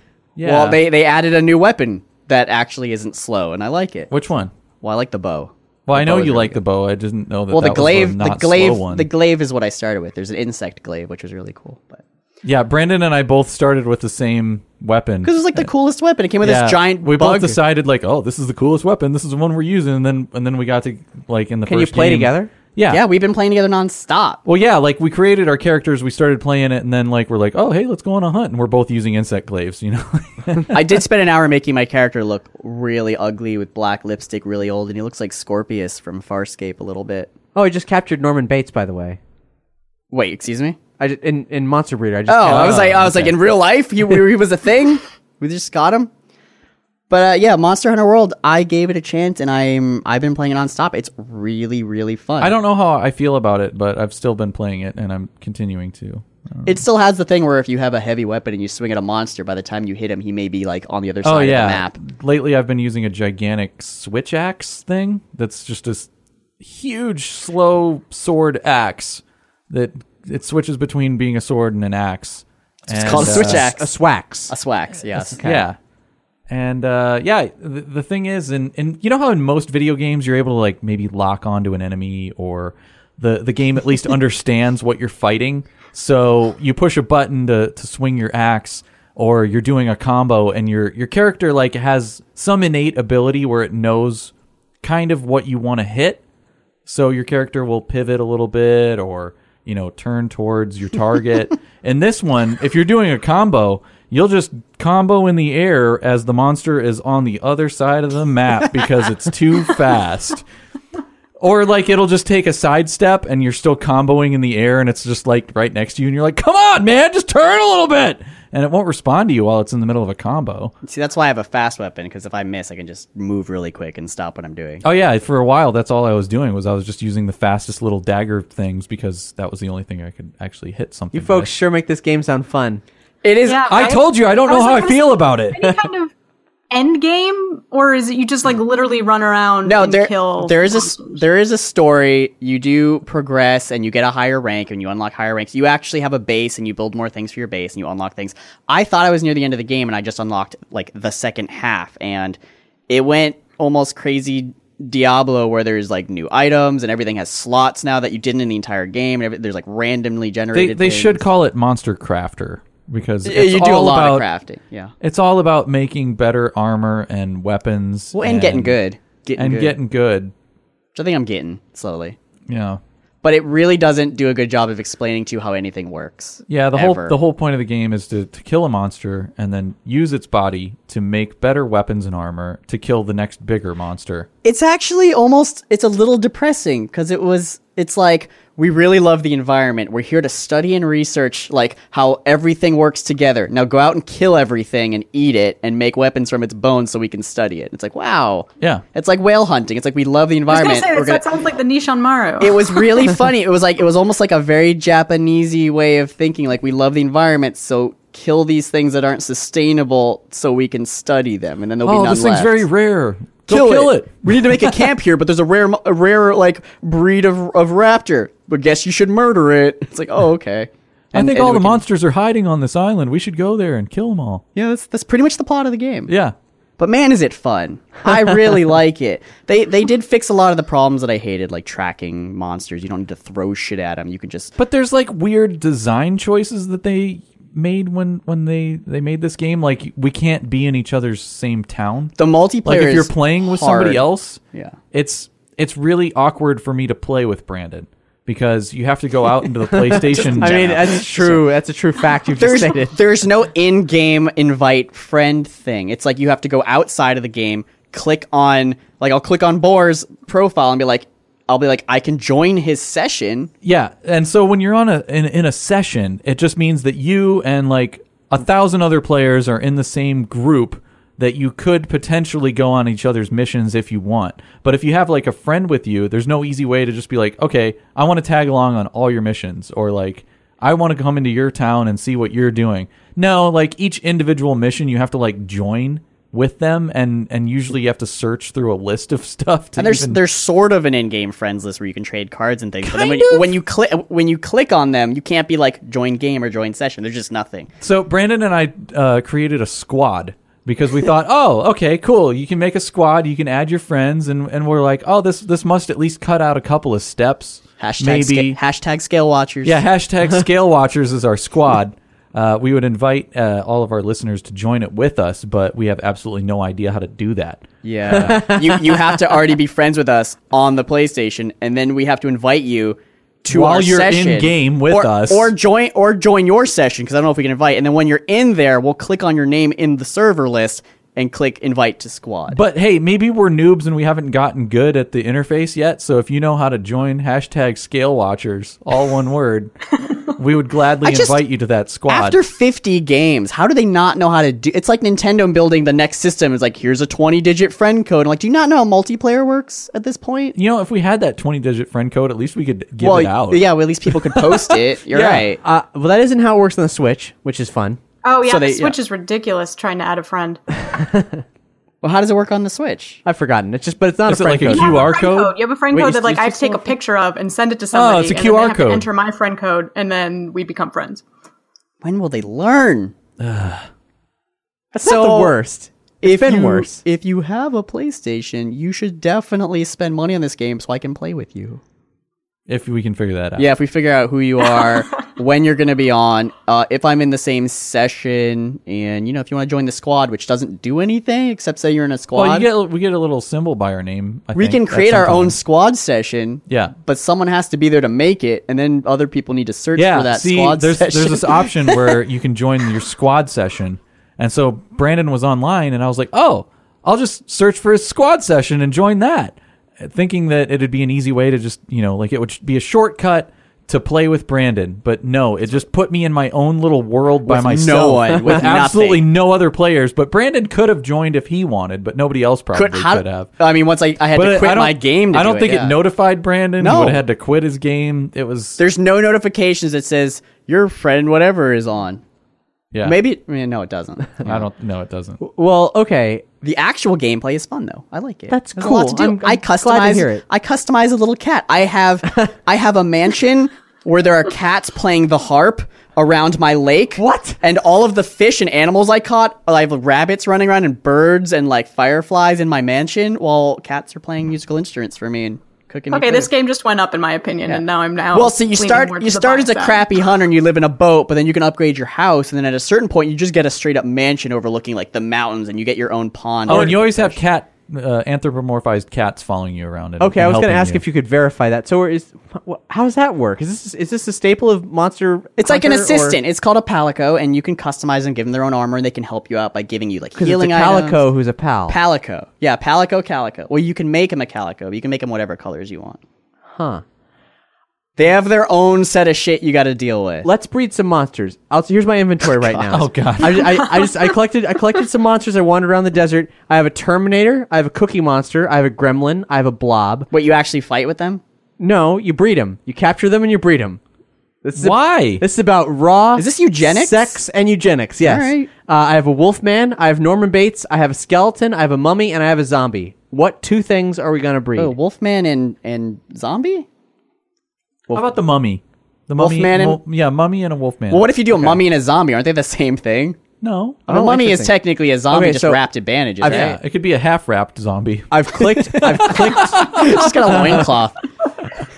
[SPEAKER 3] Well, they, they added a new weapon that actually isn't slow, and I like it.
[SPEAKER 4] Which one?
[SPEAKER 3] Well, I like the bow.
[SPEAKER 4] Well, I
[SPEAKER 3] The
[SPEAKER 4] know
[SPEAKER 3] bow
[SPEAKER 4] you
[SPEAKER 3] is really
[SPEAKER 4] like the
[SPEAKER 3] good.
[SPEAKER 4] bow. I didn't know that.
[SPEAKER 3] Well, the
[SPEAKER 4] that was
[SPEAKER 3] glaive,
[SPEAKER 4] not
[SPEAKER 3] the
[SPEAKER 4] slow
[SPEAKER 3] glaive,
[SPEAKER 4] one.
[SPEAKER 3] the glaive is what I started with. There's an insect glaive, which was really cool. But
[SPEAKER 4] yeah, Brandon and I both started with the same weapon.
[SPEAKER 3] because it was like the coolest weapon, it came with
[SPEAKER 4] yeah,
[SPEAKER 3] this giant
[SPEAKER 4] we
[SPEAKER 3] bug.
[SPEAKER 4] both decided like, oh, this is the coolest weapon. This is the one we're using, and then and then we got to like in the
[SPEAKER 2] Can you
[SPEAKER 4] first
[SPEAKER 2] play
[SPEAKER 4] game-
[SPEAKER 2] together?
[SPEAKER 4] Yeah,
[SPEAKER 3] yeah, we've been playing together nonstop.
[SPEAKER 4] Well, yeah, like we created our characters, we started playing it, and then like we're like, oh, hey, let's go on a hunt, and we're both using insect glaives, you know.
[SPEAKER 3] I did spend an hour making my character look really ugly with black lipstick, really old, and he looks like Scorpius from Farscape a little bit.
[SPEAKER 2] Oh, I just captured Norman Bates, by the way.
[SPEAKER 3] Wait, excuse me.
[SPEAKER 2] I ju- in in Monster Breeder. I just
[SPEAKER 3] Oh,
[SPEAKER 2] captured-
[SPEAKER 3] I was like, I was like, in real life, he, he was a thing. We just got him. But uh, yeah, Monster Hunter World, I gave it a chance, and I'm I've been playing it nonstop. It's really really fun.
[SPEAKER 4] I don't know how I feel about it, but I've still been playing it, and I'm continuing to.
[SPEAKER 3] It still has the thing where if you have a heavy weapon and you swing at a monster, by the time you hit him, he may be like on the other side
[SPEAKER 4] Oh
[SPEAKER 3] of
[SPEAKER 4] yeah,
[SPEAKER 3] the map.
[SPEAKER 4] lately I've been using a gigantic switch axe thing that's just this huge slow sword axe that it switches between being a sword and an axe. uh,
[SPEAKER 3] It's called a switch
[SPEAKER 2] a
[SPEAKER 3] axe,
[SPEAKER 2] swax.
[SPEAKER 3] a swax. Yes.
[SPEAKER 4] Yeah. And uh, yeah, the, the thing is, and and you know how in most video games you're able to like maybe lock onto an enemy or the the game at least understands what you're fighting, so you push a button to to swing your axe or you're doing a combo and your your character like has some innate ability where it knows kind of what you want to hit so your character will pivot a little bit or you know turn towards your target and this one if you're doing a combo you'll just combo in the air as the monster is on the other side of the map because it's too fast or like it'll just take a sidestep and you're still comboing in the air and it's just like right next to you and you're like come on man just turn a little bit and it won't respond to you while it's in the middle of a combo
[SPEAKER 3] See, that's why I have a fast weapon because if I miss, I can just move really quick and stop what I'm doing.
[SPEAKER 4] Oh yeah, for a while that's all I was doing was I was just using the fastest little dagger things because that was the only thing I could actually hit something.
[SPEAKER 2] You folks
[SPEAKER 4] with.
[SPEAKER 2] sure make this game sound fun.
[SPEAKER 3] It is.
[SPEAKER 5] Yeah,
[SPEAKER 4] I
[SPEAKER 5] right?
[SPEAKER 4] told you I don't know
[SPEAKER 5] was
[SPEAKER 4] how
[SPEAKER 5] like,
[SPEAKER 4] I
[SPEAKER 5] what is-
[SPEAKER 4] feel about it.
[SPEAKER 5] Any kind of end game, or is it you just like literally run around?
[SPEAKER 3] No,
[SPEAKER 5] and
[SPEAKER 3] there
[SPEAKER 5] kill
[SPEAKER 3] there is a s- there is a story. You do progress and you get a higher rank and you unlock higher ranks. You actually have a base and you build more things for your base and you unlock things. I thought I was near the end of the game and I just unlocked like the second half and it went almost crazy Diablo where there's like new items and everything has slots now that you didn't in the entire game and every, there's like randomly
[SPEAKER 4] They
[SPEAKER 3] generated.
[SPEAKER 4] they should
[SPEAKER 3] things.
[SPEAKER 4] call it Monster Crafter because
[SPEAKER 3] Y-
[SPEAKER 4] it's
[SPEAKER 3] you do a
[SPEAKER 4] all
[SPEAKER 3] lot of
[SPEAKER 4] about,
[SPEAKER 3] crafting, yeah.
[SPEAKER 4] It's all about making better armor and weapons.
[SPEAKER 3] Well, and, getting good, getting
[SPEAKER 4] and
[SPEAKER 3] good.
[SPEAKER 4] getting good.
[SPEAKER 3] which I think I'm getting slowly.
[SPEAKER 4] Yeah.
[SPEAKER 3] But it really doesn't do a good job of explaining to you how anything works.
[SPEAKER 4] Yeah, the
[SPEAKER 3] Ever.
[SPEAKER 4] whole the whole point of the game is to, to kill a monster and then use its body to make better weapons and armor to kill the next bigger monster.
[SPEAKER 3] it's actually almost it's a little depressing because it was it's like we really love the environment we're here to study and research like how everything works together now go out and kill everything and eat it and make weapons from its bones so we can study it it's like wow
[SPEAKER 4] Yeah.
[SPEAKER 3] it's like whale hunting it's like we love the
[SPEAKER 5] I was
[SPEAKER 3] environment
[SPEAKER 5] gonna say
[SPEAKER 3] We're
[SPEAKER 5] that
[SPEAKER 3] gonna-
[SPEAKER 5] sounds like the Nishan Maru.
[SPEAKER 3] it was really funny it was like it was almost like a very japanesey way of thinking like we love the environment so kill these things that aren't sustainable so we can study them and then there'll be
[SPEAKER 4] Oh,
[SPEAKER 3] none
[SPEAKER 4] this thing's
[SPEAKER 3] left
[SPEAKER 4] very rare. Go kill, it.
[SPEAKER 3] we need to make a camp here, but there's a rare, mo- a rare like breed of of raptor. But guess you should murder it. It's like, oh, okay.
[SPEAKER 4] I
[SPEAKER 3] And-
[SPEAKER 4] think
[SPEAKER 3] and
[SPEAKER 4] all
[SPEAKER 3] we
[SPEAKER 4] the
[SPEAKER 3] can-
[SPEAKER 4] monsters are hiding on this island. We should go there and kill them all.
[SPEAKER 3] Yeah, that's that's pretty much the plot of the game.
[SPEAKER 4] Yeah.
[SPEAKER 3] But man, is it fun! I really like it. They they did fix a lot of the problems that I hated, like tracking monsters. You don't need to throw shit at them. You can just
[SPEAKER 4] But there's like weird design choices that they made when when they they made this game like we can't be in each other's same town.
[SPEAKER 3] the multiplayer.
[SPEAKER 4] like if you're
[SPEAKER 3] is
[SPEAKER 4] playing with somebody
[SPEAKER 3] hard.
[SPEAKER 4] else
[SPEAKER 3] Yeah.
[SPEAKER 4] it's it's really awkward for me to play with brandon because you have to go out into the playstation
[SPEAKER 2] I mean, that's true. That's a true fact you've just
[SPEAKER 3] There's,
[SPEAKER 2] stated.
[SPEAKER 3] there's no in-game invite friend thing. It's like you have to go outside of the game, click on like I'll click on Boar's profile and be like, I'll be like, I can join his session.
[SPEAKER 4] yeah and so when you're on a in, in a session it just means that you and like a thousand other players are in the same group that you could potentially go on each other's missions if you want but if you have like a friend with you there's no easy way to just be like okay i want to tag along on all your missions or like I want to come into your town and see what you're doing. No, like each individual mission, you have to like join with them, and and usually you have to search through a list of stuff. To
[SPEAKER 3] And there's
[SPEAKER 4] even-
[SPEAKER 3] there's sort of an in-game friends list where you can trade cards and things. But then when, when you click when you click on them, you can't be like join game or join session. There's just nothing.
[SPEAKER 4] so Brandon and I uh, created a squad because we thought, oh, okay, cool. You can make a squad. You can add your friends, and and we're like, oh, this this must at least cut out a couple of steps.
[SPEAKER 3] Hashtag
[SPEAKER 4] maybe
[SPEAKER 3] sca- hashtag scale watchers.
[SPEAKER 4] Yeah, hashtag Scale Watchers is our squad. Uh, we would invite uh, all of our listeners to join it with us, but we have absolutely no idea how to do that.
[SPEAKER 3] yeah. you you have to already be friends with us on the PlayStation, and then we have to invite you. To
[SPEAKER 4] While
[SPEAKER 3] our
[SPEAKER 4] you're in
[SPEAKER 3] session.
[SPEAKER 4] game with
[SPEAKER 3] Or-
[SPEAKER 4] us.
[SPEAKER 3] or join or join your session because I don't know if we can invite. And then when you're in there, we'll click on your name in the server list and click invite to squad.
[SPEAKER 4] But hey, maybe we're noobs and we haven't gotten good at the interface yet. So if you know how to join hashtag Scale Watchers, all one word, we would gladly
[SPEAKER 3] I just-
[SPEAKER 4] invite you to that squad.
[SPEAKER 3] After 50 games, how do they not know how to do? It's like Nintendo building the next system. It's like here's a 20-digit friend code. I'm like, do you not know how multiplayer works at this point?
[SPEAKER 4] you know, if we had that 20 digit friend code, at least we could give
[SPEAKER 3] well,
[SPEAKER 4] it out.
[SPEAKER 3] yeah. Well, at least people could post it. You're
[SPEAKER 4] Yeah.
[SPEAKER 3] right.
[SPEAKER 2] Uh, well, that isn't how it works on the Switch, which is fun.
[SPEAKER 5] oh yeah,
[SPEAKER 3] so they-
[SPEAKER 5] the Switch
[SPEAKER 3] yeah.
[SPEAKER 5] is ridiculous. Trying to add a friend.
[SPEAKER 3] Well, how does it work on the Switch?
[SPEAKER 2] I've forgotten. It's just, but it's not
[SPEAKER 4] Is
[SPEAKER 2] a
[SPEAKER 4] it
[SPEAKER 2] friend
[SPEAKER 4] like a
[SPEAKER 2] code.
[SPEAKER 4] You QR
[SPEAKER 5] have a friend
[SPEAKER 4] code?
[SPEAKER 5] You have a friend
[SPEAKER 2] Wait,
[SPEAKER 5] code
[SPEAKER 2] you-
[SPEAKER 5] that like
[SPEAKER 2] you
[SPEAKER 5] I
[SPEAKER 2] still
[SPEAKER 5] take a picture of and send it to somebody.
[SPEAKER 4] Oh, it's a
[SPEAKER 5] and then they
[SPEAKER 4] QR
[SPEAKER 5] have to
[SPEAKER 4] code.
[SPEAKER 5] enter my friend code, and then we become friends.
[SPEAKER 3] When will they learn?
[SPEAKER 2] That's not the worst.
[SPEAKER 3] If
[SPEAKER 2] been
[SPEAKER 3] you,
[SPEAKER 2] worse.
[SPEAKER 3] If you have a PlayStation, you should definitely spend money on this game so I can play with you.
[SPEAKER 4] If we can figure that out.
[SPEAKER 3] Yeah, if we figure out who you are, when you're going to be on, uh, if I'm in the same session, and you know, if you want to join the squad, which doesn't do anything except say you're in a
[SPEAKER 4] Well,
[SPEAKER 3] squad,
[SPEAKER 4] you get, we get a little symbol by our name. I
[SPEAKER 3] we
[SPEAKER 4] think,
[SPEAKER 3] can
[SPEAKER 4] at
[SPEAKER 3] create
[SPEAKER 4] some
[SPEAKER 3] our own
[SPEAKER 4] time.
[SPEAKER 3] squad session.
[SPEAKER 4] Yeah.
[SPEAKER 3] but someone has to be there to make it, and then other people need to search for that
[SPEAKER 4] see,
[SPEAKER 3] squad
[SPEAKER 4] there's,
[SPEAKER 3] session.
[SPEAKER 4] There's this option where you can join your squad session. And so Brandon was online, and I was like, oh, I'll just search for his squad session and join that, thinking that it'd be an easy way to just, you know, like it would be a shortcut to play with Brandon. But no, it just put me in my own little world by
[SPEAKER 3] With no
[SPEAKER 4] myself.
[SPEAKER 3] one, with
[SPEAKER 4] with absolutely
[SPEAKER 3] nothing.
[SPEAKER 4] no other players. But Brandon could have joined if he wanted, but nobody else probably
[SPEAKER 3] Could-
[SPEAKER 4] could,
[SPEAKER 3] how-
[SPEAKER 4] have.
[SPEAKER 3] I mean, once I, I had to
[SPEAKER 4] I
[SPEAKER 3] quit
[SPEAKER 4] don't-
[SPEAKER 3] my game. To
[SPEAKER 4] I
[SPEAKER 3] do
[SPEAKER 4] don't think
[SPEAKER 3] yeah.
[SPEAKER 4] it notified Brandon. He
[SPEAKER 3] No.
[SPEAKER 4] would have had to quit his game. It was
[SPEAKER 3] There's no notifications that says your friend whatever is on.
[SPEAKER 4] Yeah.
[SPEAKER 3] Maybe I mean, no, it doesn't.
[SPEAKER 4] I don't. No, it doesn't.
[SPEAKER 2] Well, okay.
[SPEAKER 3] the actual gameplay is fun though. I like it.
[SPEAKER 2] That's
[SPEAKER 3] There's a lot
[SPEAKER 2] cool.
[SPEAKER 3] to do.
[SPEAKER 2] I'm-
[SPEAKER 3] i
[SPEAKER 2] I'm
[SPEAKER 3] customize.
[SPEAKER 2] glad to hear it.
[SPEAKER 3] I customize a little cat. I have I have a mansion where there are cats playing the harp around my lake.
[SPEAKER 2] What?
[SPEAKER 3] And all of the fish and animals I caught, I have rabbits running around and birds and like fireflies in my mansion while cats are playing musical instruments for me and cooking. me
[SPEAKER 5] Okay,
[SPEAKER 3] food.
[SPEAKER 5] this game just went up in my opinion, and now I'm now.
[SPEAKER 3] Well, so you
[SPEAKER 5] leaning Oh,
[SPEAKER 3] start
[SPEAKER 5] more to
[SPEAKER 3] you
[SPEAKER 5] the
[SPEAKER 3] start as a
[SPEAKER 5] buy side.
[SPEAKER 3] crappy hunter and you live in a boat, but then you can upgrade your house, and then at a certain point you just get a straight up mansion overlooking like the mountains, and you get your own pond.
[SPEAKER 4] Oh, and you always have cat uh, anthropomorphized cats following you around. And,
[SPEAKER 2] Okay,
[SPEAKER 4] and
[SPEAKER 2] I was going to
[SPEAKER 4] helping
[SPEAKER 2] ask if you could verify that. So, is wh- wh- how does that work? Is this is this a staple of Monster?
[SPEAKER 3] It's like an
[SPEAKER 2] Hunter, or-
[SPEAKER 3] assistant. It's called a palico, and you can customize them, give them their own armor, and they can help you out by giving you like
[SPEAKER 2] 'Cause it's a
[SPEAKER 3] healing
[SPEAKER 2] calico
[SPEAKER 3] items.
[SPEAKER 2] who's a pal.
[SPEAKER 3] Palico, yeah, palico, calico. Well, you can make them a calico. But you can make them whatever colors you want.
[SPEAKER 2] huh?
[SPEAKER 3] They have their own set of shit you got to deal with.
[SPEAKER 2] Let's breed some monsters. I'll, here's my inventory right now.
[SPEAKER 4] Oh, God.
[SPEAKER 2] I, I, I just I collected I collected some monsters. I wandered around the desert. I have a Terminator. I have a Cookie Monster. I have a Gremlin. I have a Blob.
[SPEAKER 3] Wait, you actually fight with them?
[SPEAKER 2] No, you breed them. You capture them and you breed them. This is
[SPEAKER 4] Why?
[SPEAKER 2] This is about raw.
[SPEAKER 3] Is this eugenics?
[SPEAKER 2] Sex and eugenics. Yes.
[SPEAKER 3] All right.
[SPEAKER 2] Uh, I have a Wolfman. I have Norman Bates. I have a skeleton. I have a mummy, and I have a zombie. What two things are we gonna breed?
[SPEAKER 3] Oh, Wolfman and and zombie.
[SPEAKER 4] How about the mummy? The mummy,
[SPEAKER 3] Wolfman and-
[SPEAKER 4] mul- yeah, mummy and a wolfman.
[SPEAKER 3] Well, what if you do a mummy and a zombie? Aren't they the same thing?
[SPEAKER 4] No.
[SPEAKER 3] A mummy is
[SPEAKER 2] interesting.
[SPEAKER 3] technically a zombie,
[SPEAKER 2] Okay,
[SPEAKER 3] just
[SPEAKER 2] so-
[SPEAKER 3] wrapped in bandages.
[SPEAKER 2] I've-
[SPEAKER 4] Yeah,
[SPEAKER 3] right?
[SPEAKER 4] it could be a half wrapped zombie.
[SPEAKER 2] I've clicked. I've clicked.
[SPEAKER 3] just got a loincloth.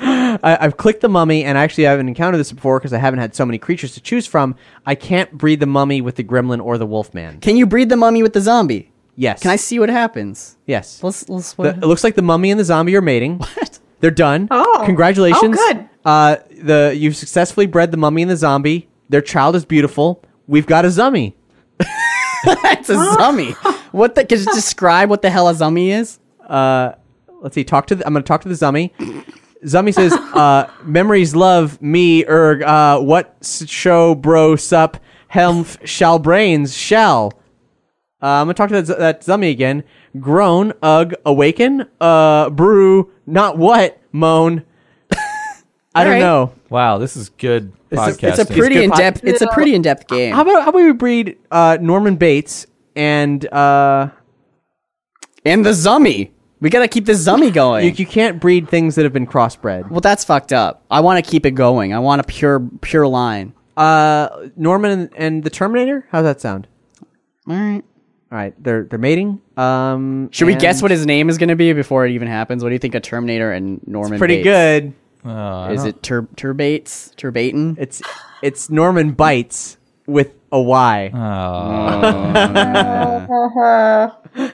[SPEAKER 2] I, I've clicked the mummy, and actually, I haven't encountered this before because I haven't had so many creatures to choose from. I can't breed the mummy with the gremlin or the wolfman.
[SPEAKER 3] Can you breed the mummy with the zombie?
[SPEAKER 2] Yes.
[SPEAKER 3] Can I see what happens?
[SPEAKER 2] Yes.
[SPEAKER 3] Let's let's.
[SPEAKER 2] The- it looks like the mummy and the zombie are mating. What? They're done.
[SPEAKER 5] Oh.
[SPEAKER 2] Congratulations.
[SPEAKER 5] Oh, good.
[SPEAKER 2] Uh, the you've successfully bred the mummy and the zombie. Their child is beautiful. We've got a zummy.
[SPEAKER 3] It's a zombie. What the? Can you describe what the hell a zombie is?
[SPEAKER 2] Uh, Let's see. Talk to. The, I'm going to talk to the zummy. Zummy says, uh, "Memories love me, erg. Uh, what s- show, bro, sup? Helmph shall brains shall." Uh, I'm gonna talk to that, z- that zummy again. Groan, ugh, awaken, uh, brew, not what, moan. I don't
[SPEAKER 3] Alright.
[SPEAKER 2] know.
[SPEAKER 4] Wow, this is good podcasting.
[SPEAKER 3] It's a pretty
[SPEAKER 2] good
[SPEAKER 3] in
[SPEAKER 2] pod-
[SPEAKER 3] depth. It's a pretty in depth game.
[SPEAKER 2] How about how about we breed uh, Norman Bates and uh,
[SPEAKER 3] and the zombie. We gotta keep the zombie going.
[SPEAKER 2] you, you can't breed things that have been crossbred.
[SPEAKER 3] well, that's fucked up. I want to keep it going. I want a pure pure line.
[SPEAKER 2] Uh, Norman and, and the Terminator. How's that sound?
[SPEAKER 3] All right.
[SPEAKER 2] All right, they're they're mating. Um,
[SPEAKER 3] Should we
[SPEAKER 2] and-
[SPEAKER 3] guess what his name is gonna be before it even happens? What do you think of Terminator and Norman?
[SPEAKER 2] Pretty
[SPEAKER 3] Bates?
[SPEAKER 2] good.
[SPEAKER 3] Is it Tur Turbates? Turbaten?
[SPEAKER 2] It's it's Norman Bites with a Y.
[SPEAKER 3] Oh.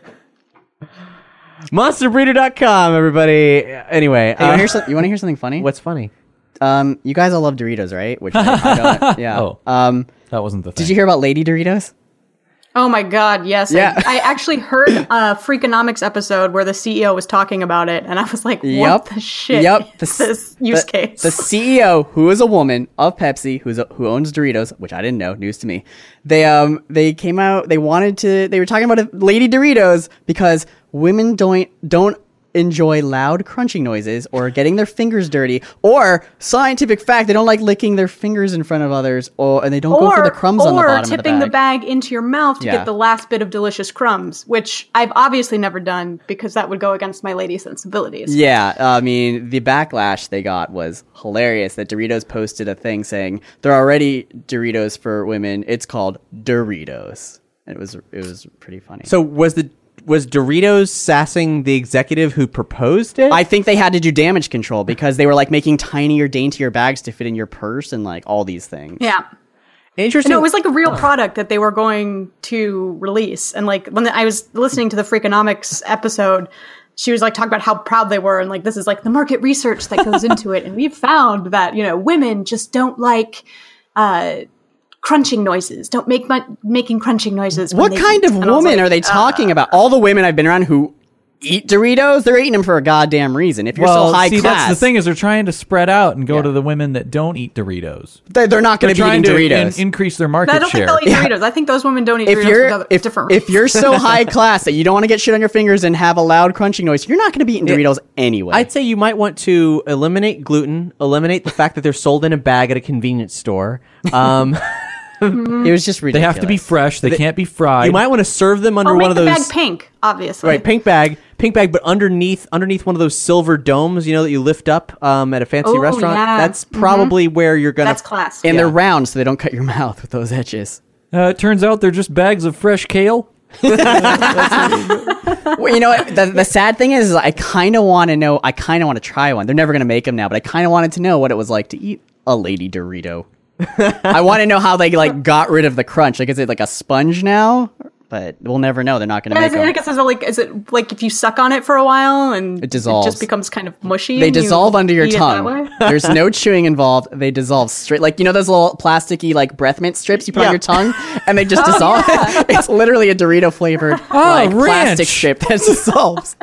[SPEAKER 2] MonsterBreeder.com, everybody. Anyway,
[SPEAKER 3] Hey, you
[SPEAKER 2] uh,
[SPEAKER 3] wanna hear some- you want to hear something funny?
[SPEAKER 2] what's funny?
[SPEAKER 3] Um, you guys all love Doritos, right? Which I, I don't. Yeah.
[SPEAKER 4] Oh.
[SPEAKER 3] Um,
[SPEAKER 4] that wasn't the thing.
[SPEAKER 3] did you hear about Lady Doritos?
[SPEAKER 5] Oh my god, yes. I-
[SPEAKER 3] Yeah.
[SPEAKER 5] I, actually heard a Freakonomics episode where the CEO was talking about it and I was like, what
[SPEAKER 3] Yep.
[SPEAKER 5] the shit
[SPEAKER 3] Yep.
[SPEAKER 5] is this use
[SPEAKER 3] the-
[SPEAKER 5] case?
[SPEAKER 3] The CEO, who is a woman of Pepsi, who's a, who owns Doritos, which I didn't know, news to me. They um they came out. They wanted to. They were talking about a Lady Doritos because women don't don't enjoy loud crunching noises or getting their fingers dirty or scientific fact they don't like licking their fingers in front of others or and they don't go for the crumbs
[SPEAKER 5] or
[SPEAKER 3] on the bottom
[SPEAKER 5] tipping
[SPEAKER 3] of
[SPEAKER 5] the bag. into your mouth to
[SPEAKER 3] Yeah.
[SPEAKER 5] get the last bit of delicious crumbs, which I've obviously never done because that would go against my lady sensibilities.
[SPEAKER 3] Yeah, uh, I mean, the backlash they got was hilarious that Doritos posted a thing saying they're already Doritos for women. It's called Doritos. And it was it was pretty funny.
[SPEAKER 2] So was the was Doritos sassing the executive who proposed it?
[SPEAKER 3] I think they had to do damage control because they were like making tinier, daintier bags to fit in your purse and like all these things.
[SPEAKER 5] Yeah.
[SPEAKER 2] Interesting.
[SPEAKER 5] No, it was like a real product that they were going to release. And like when I was listening to the Freakonomics episode, she was like talking about how proud they were and like this is like the market research that goes into it. And we've found that, you know, women just don't like uh crunching noises. Don't make mu- making crunching noises. when
[SPEAKER 3] What
[SPEAKER 5] they
[SPEAKER 3] kind
[SPEAKER 5] eat.
[SPEAKER 3] of
[SPEAKER 5] And I was
[SPEAKER 3] woman
[SPEAKER 5] like, "Ah."
[SPEAKER 3] are they talking about? All the women I've been around who eat Doritos, they're eating them for a goddamn reason. If you're
[SPEAKER 4] well,
[SPEAKER 3] so high
[SPEAKER 4] see,
[SPEAKER 3] class,
[SPEAKER 4] that's the thing is they're trying to spread out and go to the women that don't eat Doritos.
[SPEAKER 3] They, they're not
[SPEAKER 4] They're
[SPEAKER 3] going to be
[SPEAKER 4] trying
[SPEAKER 3] eating
[SPEAKER 4] to
[SPEAKER 3] Doritos.
[SPEAKER 4] in- increase their
[SPEAKER 5] I
[SPEAKER 4] market
[SPEAKER 5] don't
[SPEAKER 4] share.
[SPEAKER 5] think they'll eat Doritos. I think those women don't eat
[SPEAKER 3] if
[SPEAKER 5] Doritos for
[SPEAKER 3] you're
[SPEAKER 5] other-
[SPEAKER 3] if,
[SPEAKER 5] different
[SPEAKER 3] if you're so high class that you don't want to get shit on your fingers and have a loud crunching noise, you're not going to be eating Doritos anyway.
[SPEAKER 2] I'd say you might want to eliminate gluten, eliminate the fact that they're sold in a bag at a convenience store. Um,
[SPEAKER 3] It was just
[SPEAKER 4] They
[SPEAKER 3] ridiculous.
[SPEAKER 4] have to be fresh. They, can't be fried.
[SPEAKER 2] You might want to serve them under
[SPEAKER 5] Or
[SPEAKER 2] one
[SPEAKER 5] make
[SPEAKER 2] of
[SPEAKER 5] the
[SPEAKER 2] those
[SPEAKER 5] bag pink, obviously.
[SPEAKER 2] right pink bag, pink bag, but underneath underneath one of those silver domes, you know that you lift up um, at a fancy
[SPEAKER 5] Oh,
[SPEAKER 2] restaurant.
[SPEAKER 5] yeah.
[SPEAKER 2] That's probably where you're gonna.
[SPEAKER 5] That's class.
[SPEAKER 3] and they're round, so they don't cut your mouth with those edges.
[SPEAKER 4] uh, it turns out they're just bags of fresh kale.
[SPEAKER 3] Well, you know what? The, the sad thing is, is I kind of want to know. I kind of want to try one. They're never going to make them now, but I kind of wanted to know what it was like to eat a lady Dorito. I want to know how they like got rid of the crunch. Like, is it like a sponge now? But we'll never know. They're not going to make
[SPEAKER 5] Yeah, is it, I
[SPEAKER 3] them.
[SPEAKER 5] guess it's like is it like if you suck on it for a while and
[SPEAKER 3] It dissolves.
[SPEAKER 5] just becomes kind of mushy.
[SPEAKER 3] They
[SPEAKER 5] and you
[SPEAKER 3] dissolve under your
[SPEAKER 5] eat it that
[SPEAKER 3] tongue.
[SPEAKER 5] way?
[SPEAKER 3] There's no chewing involved. They dissolve straight, like you know those little plasticky like breath mint strips you put on your tongue, and they just
[SPEAKER 4] Oh,
[SPEAKER 3] dissolve. it's literally a Dorito flavored like plastic
[SPEAKER 4] ranch.
[SPEAKER 3] strip that dissolves.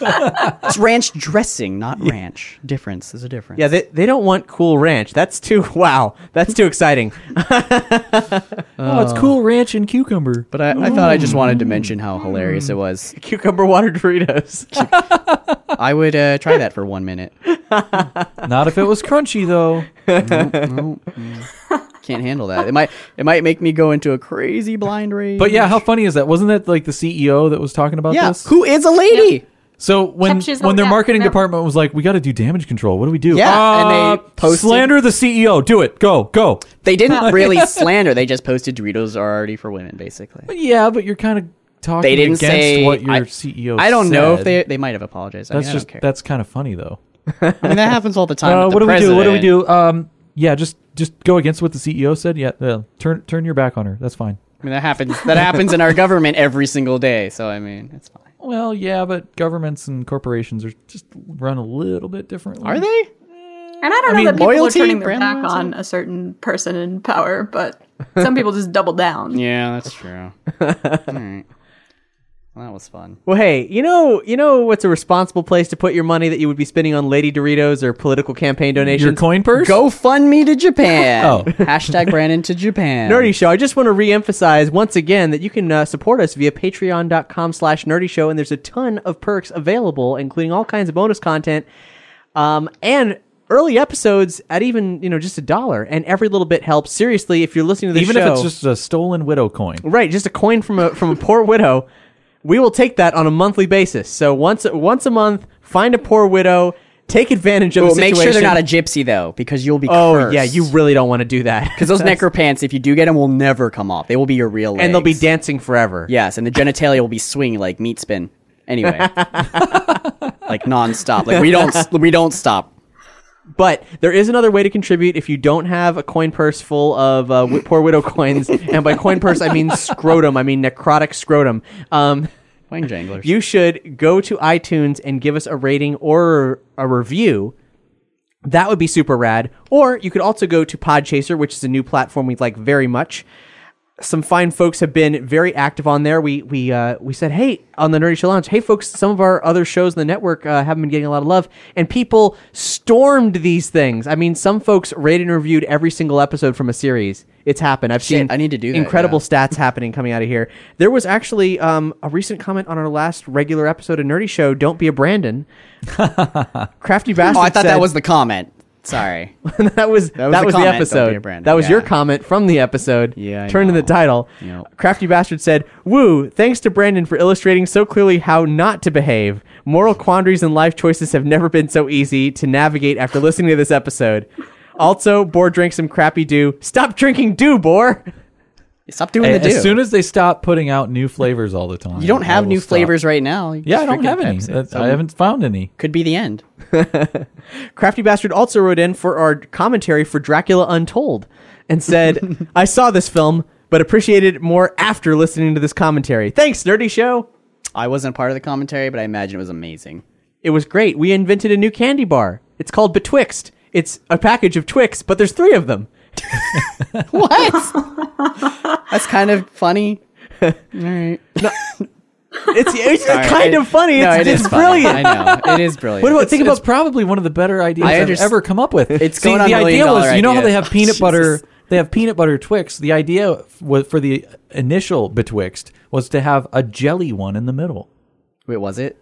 [SPEAKER 3] it's ranch dressing, not ranch. Difference is a difference.
[SPEAKER 2] yeah, they, they don't want cool ranch. That's too wow. That's too exciting.
[SPEAKER 4] oh, it's cool ranch and cucumber.
[SPEAKER 3] But I, I thought I just wanted to mention how hilarious it was.
[SPEAKER 2] Cucumber water Doritos.
[SPEAKER 3] I would uh, try that for one minute.
[SPEAKER 4] Not if it was crunchy though.
[SPEAKER 3] Can't handle that. It might it might make me go into a crazy blind rage.
[SPEAKER 4] But yeah, how funny is that? Wasn't that like the CEO that was talking about
[SPEAKER 3] yeah,
[SPEAKER 4] this?
[SPEAKER 3] who is a lady?
[SPEAKER 4] So when
[SPEAKER 5] Kept his
[SPEAKER 4] when
[SPEAKER 5] own
[SPEAKER 4] their
[SPEAKER 5] neck,
[SPEAKER 4] marketing
[SPEAKER 5] no.
[SPEAKER 4] department was like, "We got to do damage control. What do we do?"
[SPEAKER 3] Yeah, and
[SPEAKER 4] Uh,
[SPEAKER 3] they posted-
[SPEAKER 4] slander the CEO. Do it. Go go.
[SPEAKER 3] They didn't really slander. They just posted Doritos are already for women, basically.
[SPEAKER 4] But yeah, but you're kind of talking
[SPEAKER 3] They didn't
[SPEAKER 4] against
[SPEAKER 3] say
[SPEAKER 4] what your
[SPEAKER 3] I,
[SPEAKER 4] CEO.
[SPEAKER 3] I don't know if
[SPEAKER 4] said.
[SPEAKER 3] they they might have apologized. I
[SPEAKER 4] That's
[SPEAKER 3] mean, I
[SPEAKER 4] just
[SPEAKER 3] don't care.
[SPEAKER 4] that's kind of funny though.
[SPEAKER 3] I mean, that happens all the time.
[SPEAKER 4] Uh,
[SPEAKER 3] with the
[SPEAKER 4] what do we do? What do we
[SPEAKER 3] president.
[SPEAKER 4] do? Um, yeah, just just go against what the CEO said. Yeah, yeah. turn turn your back on her. That's fine.
[SPEAKER 3] I mean, that happens. That happens in our government every single day. So I mean, it's fine.
[SPEAKER 4] Well, yeah, but governments and corporations are just run a little bit differently.
[SPEAKER 3] Are they?
[SPEAKER 5] And I don't know
[SPEAKER 4] mean,
[SPEAKER 5] that people
[SPEAKER 3] loyalty,
[SPEAKER 5] are turning their
[SPEAKER 3] brand
[SPEAKER 5] back
[SPEAKER 3] loyalty?
[SPEAKER 5] on a certain person in power, but some people just double down.
[SPEAKER 3] Yeah, that's true. all right. Well, that was fun.
[SPEAKER 2] well, hey, you know you know what's a responsible place to put your money that you would be spending on Lady Doritos or political campaign donations?
[SPEAKER 4] Your coin purse?
[SPEAKER 3] Go fund me to Japan. oh. Hashtag Brandon to Japan.
[SPEAKER 2] Nerdy Show. I just want to re-emphasize once again that you can uh, support us via patreon.com slash nerdy show, and there's a ton of perks available, including all kinds of bonus content um, and early episodes at even, you know, just a dollar. And every little bit helps. Seriously, if you're listening to this
[SPEAKER 4] Even
[SPEAKER 2] show...
[SPEAKER 4] if it's just a stolen widow coin.
[SPEAKER 2] Right, just a coin from a from a poor widow. We will take that on a monthly basis. So once once a month, find a poor widow, take advantage of
[SPEAKER 3] Well,
[SPEAKER 2] the
[SPEAKER 3] make
[SPEAKER 2] situation.
[SPEAKER 3] sure they're not a gypsy though, because you'll be.
[SPEAKER 2] Oh
[SPEAKER 3] cursed.
[SPEAKER 2] yeah, you really don't want to do that
[SPEAKER 3] Because those necro pants, if you do get them, will never come off. They will be your real legs.
[SPEAKER 2] and they'll be dancing forever.
[SPEAKER 3] Yes, and the genitalia will be swinging like meat spin. Anyway, like nonstop. Like we don't we don't stop.
[SPEAKER 2] But there is another way to contribute if you don't have a coin purse full of uh, wi- poor widow coins, and by coin purse I mean scrotum, I mean necrotic scrotum. Um,
[SPEAKER 3] Wayne janglers.
[SPEAKER 2] you should go to iTunes and give us a rating or a review. That would be super rad. Or you could also go to Podchaser, which is a new platform we like very much. Some fine folks have been very active on there. We we uh, we said, hey, on the Nerdy Show Lounge, hey folks, some of our other shows in the network uh, haven't been getting a lot of love, and people stormed these things. I mean, some folks rated and reviewed every single episode from a series. It's happened. I've seen
[SPEAKER 3] I need to do that,
[SPEAKER 2] incredible
[SPEAKER 3] yeah.
[SPEAKER 2] stats happening coming out of here. There was actually um, a recent comment on our last regular episode of Nerdy Show. Don't be a Brandon. Crafty bastard.
[SPEAKER 3] oh, I thought
[SPEAKER 2] said-
[SPEAKER 3] that was the comment. Sorry.
[SPEAKER 2] that was that
[SPEAKER 3] was
[SPEAKER 2] was, the
[SPEAKER 3] the comment, don't be a
[SPEAKER 2] episode.
[SPEAKER 3] Brandon.
[SPEAKER 2] that was your
[SPEAKER 3] Yeah.
[SPEAKER 2] comment from the episode.
[SPEAKER 3] Yeah, I
[SPEAKER 2] turned in the
[SPEAKER 3] know.
[SPEAKER 2] title.
[SPEAKER 3] Yep.
[SPEAKER 2] Crafty bastard said, "Woo! Thanks to Brandon for illustrating so clearly how not to behave. Moral quandaries and life choices have never been so easy to navigate after listening to this episode." Also, Boar drank some crappy dew. Stop drinking dew, Boar.
[SPEAKER 3] Stop doing the do.
[SPEAKER 4] As soon as they stop putting out new flavors all the time,
[SPEAKER 3] you don't have new flavors
[SPEAKER 4] Right
[SPEAKER 3] right now. You
[SPEAKER 4] yeah, I
[SPEAKER 3] just
[SPEAKER 4] don't
[SPEAKER 3] freaking
[SPEAKER 4] have any.
[SPEAKER 3] Pepsi. Um,
[SPEAKER 4] That-
[SPEAKER 3] So
[SPEAKER 4] I haven't found any.
[SPEAKER 3] Could be the end.
[SPEAKER 2] Crafty Bastard also wrote in for our commentary for Dracula Untold and said, I saw this film, but appreciated it more after listening to this commentary. Thanks, Nerdy Show.
[SPEAKER 3] I wasn't part of the commentary, but I imagine it was amazing.
[SPEAKER 2] It was great. We invented a new candy bar. It's called Betwixt. It's a package of Twix, but there's three of them.
[SPEAKER 3] What? That's kind of funny. All right.
[SPEAKER 2] It's, it's
[SPEAKER 3] Sorry,
[SPEAKER 2] kind
[SPEAKER 3] it-
[SPEAKER 2] of funny.
[SPEAKER 3] No,
[SPEAKER 2] it's
[SPEAKER 3] it
[SPEAKER 2] it's
[SPEAKER 3] is funny.
[SPEAKER 2] brilliant.
[SPEAKER 3] I know. It is brilliant.
[SPEAKER 2] What about
[SPEAKER 4] It's,
[SPEAKER 2] think
[SPEAKER 4] it's
[SPEAKER 2] about
[SPEAKER 4] probably one of the better ideas
[SPEAKER 3] I
[SPEAKER 4] I've
[SPEAKER 3] underst-
[SPEAKER 4] ever come up with.
[SPEAKER 3] It's
[SPEAKER 4] See,
[SPEAKER 3] going on
[SPEAKER 4] the
[SPEAKER 3] million
[SPEAKER 4] idea
[SPEAKER 3] dollar
[SPEAKER 4] was you know how
[SPEAKER 3] idea.
[SPEAKER 4] they have peanut
[SPEAKER 3] Jesus.
[SPEAKER 4] butter they have peanut butter Twix. The idea was for the initial Betwixt was to have a jelly one in the middle.
[SPEAKER 3] Wait, was it?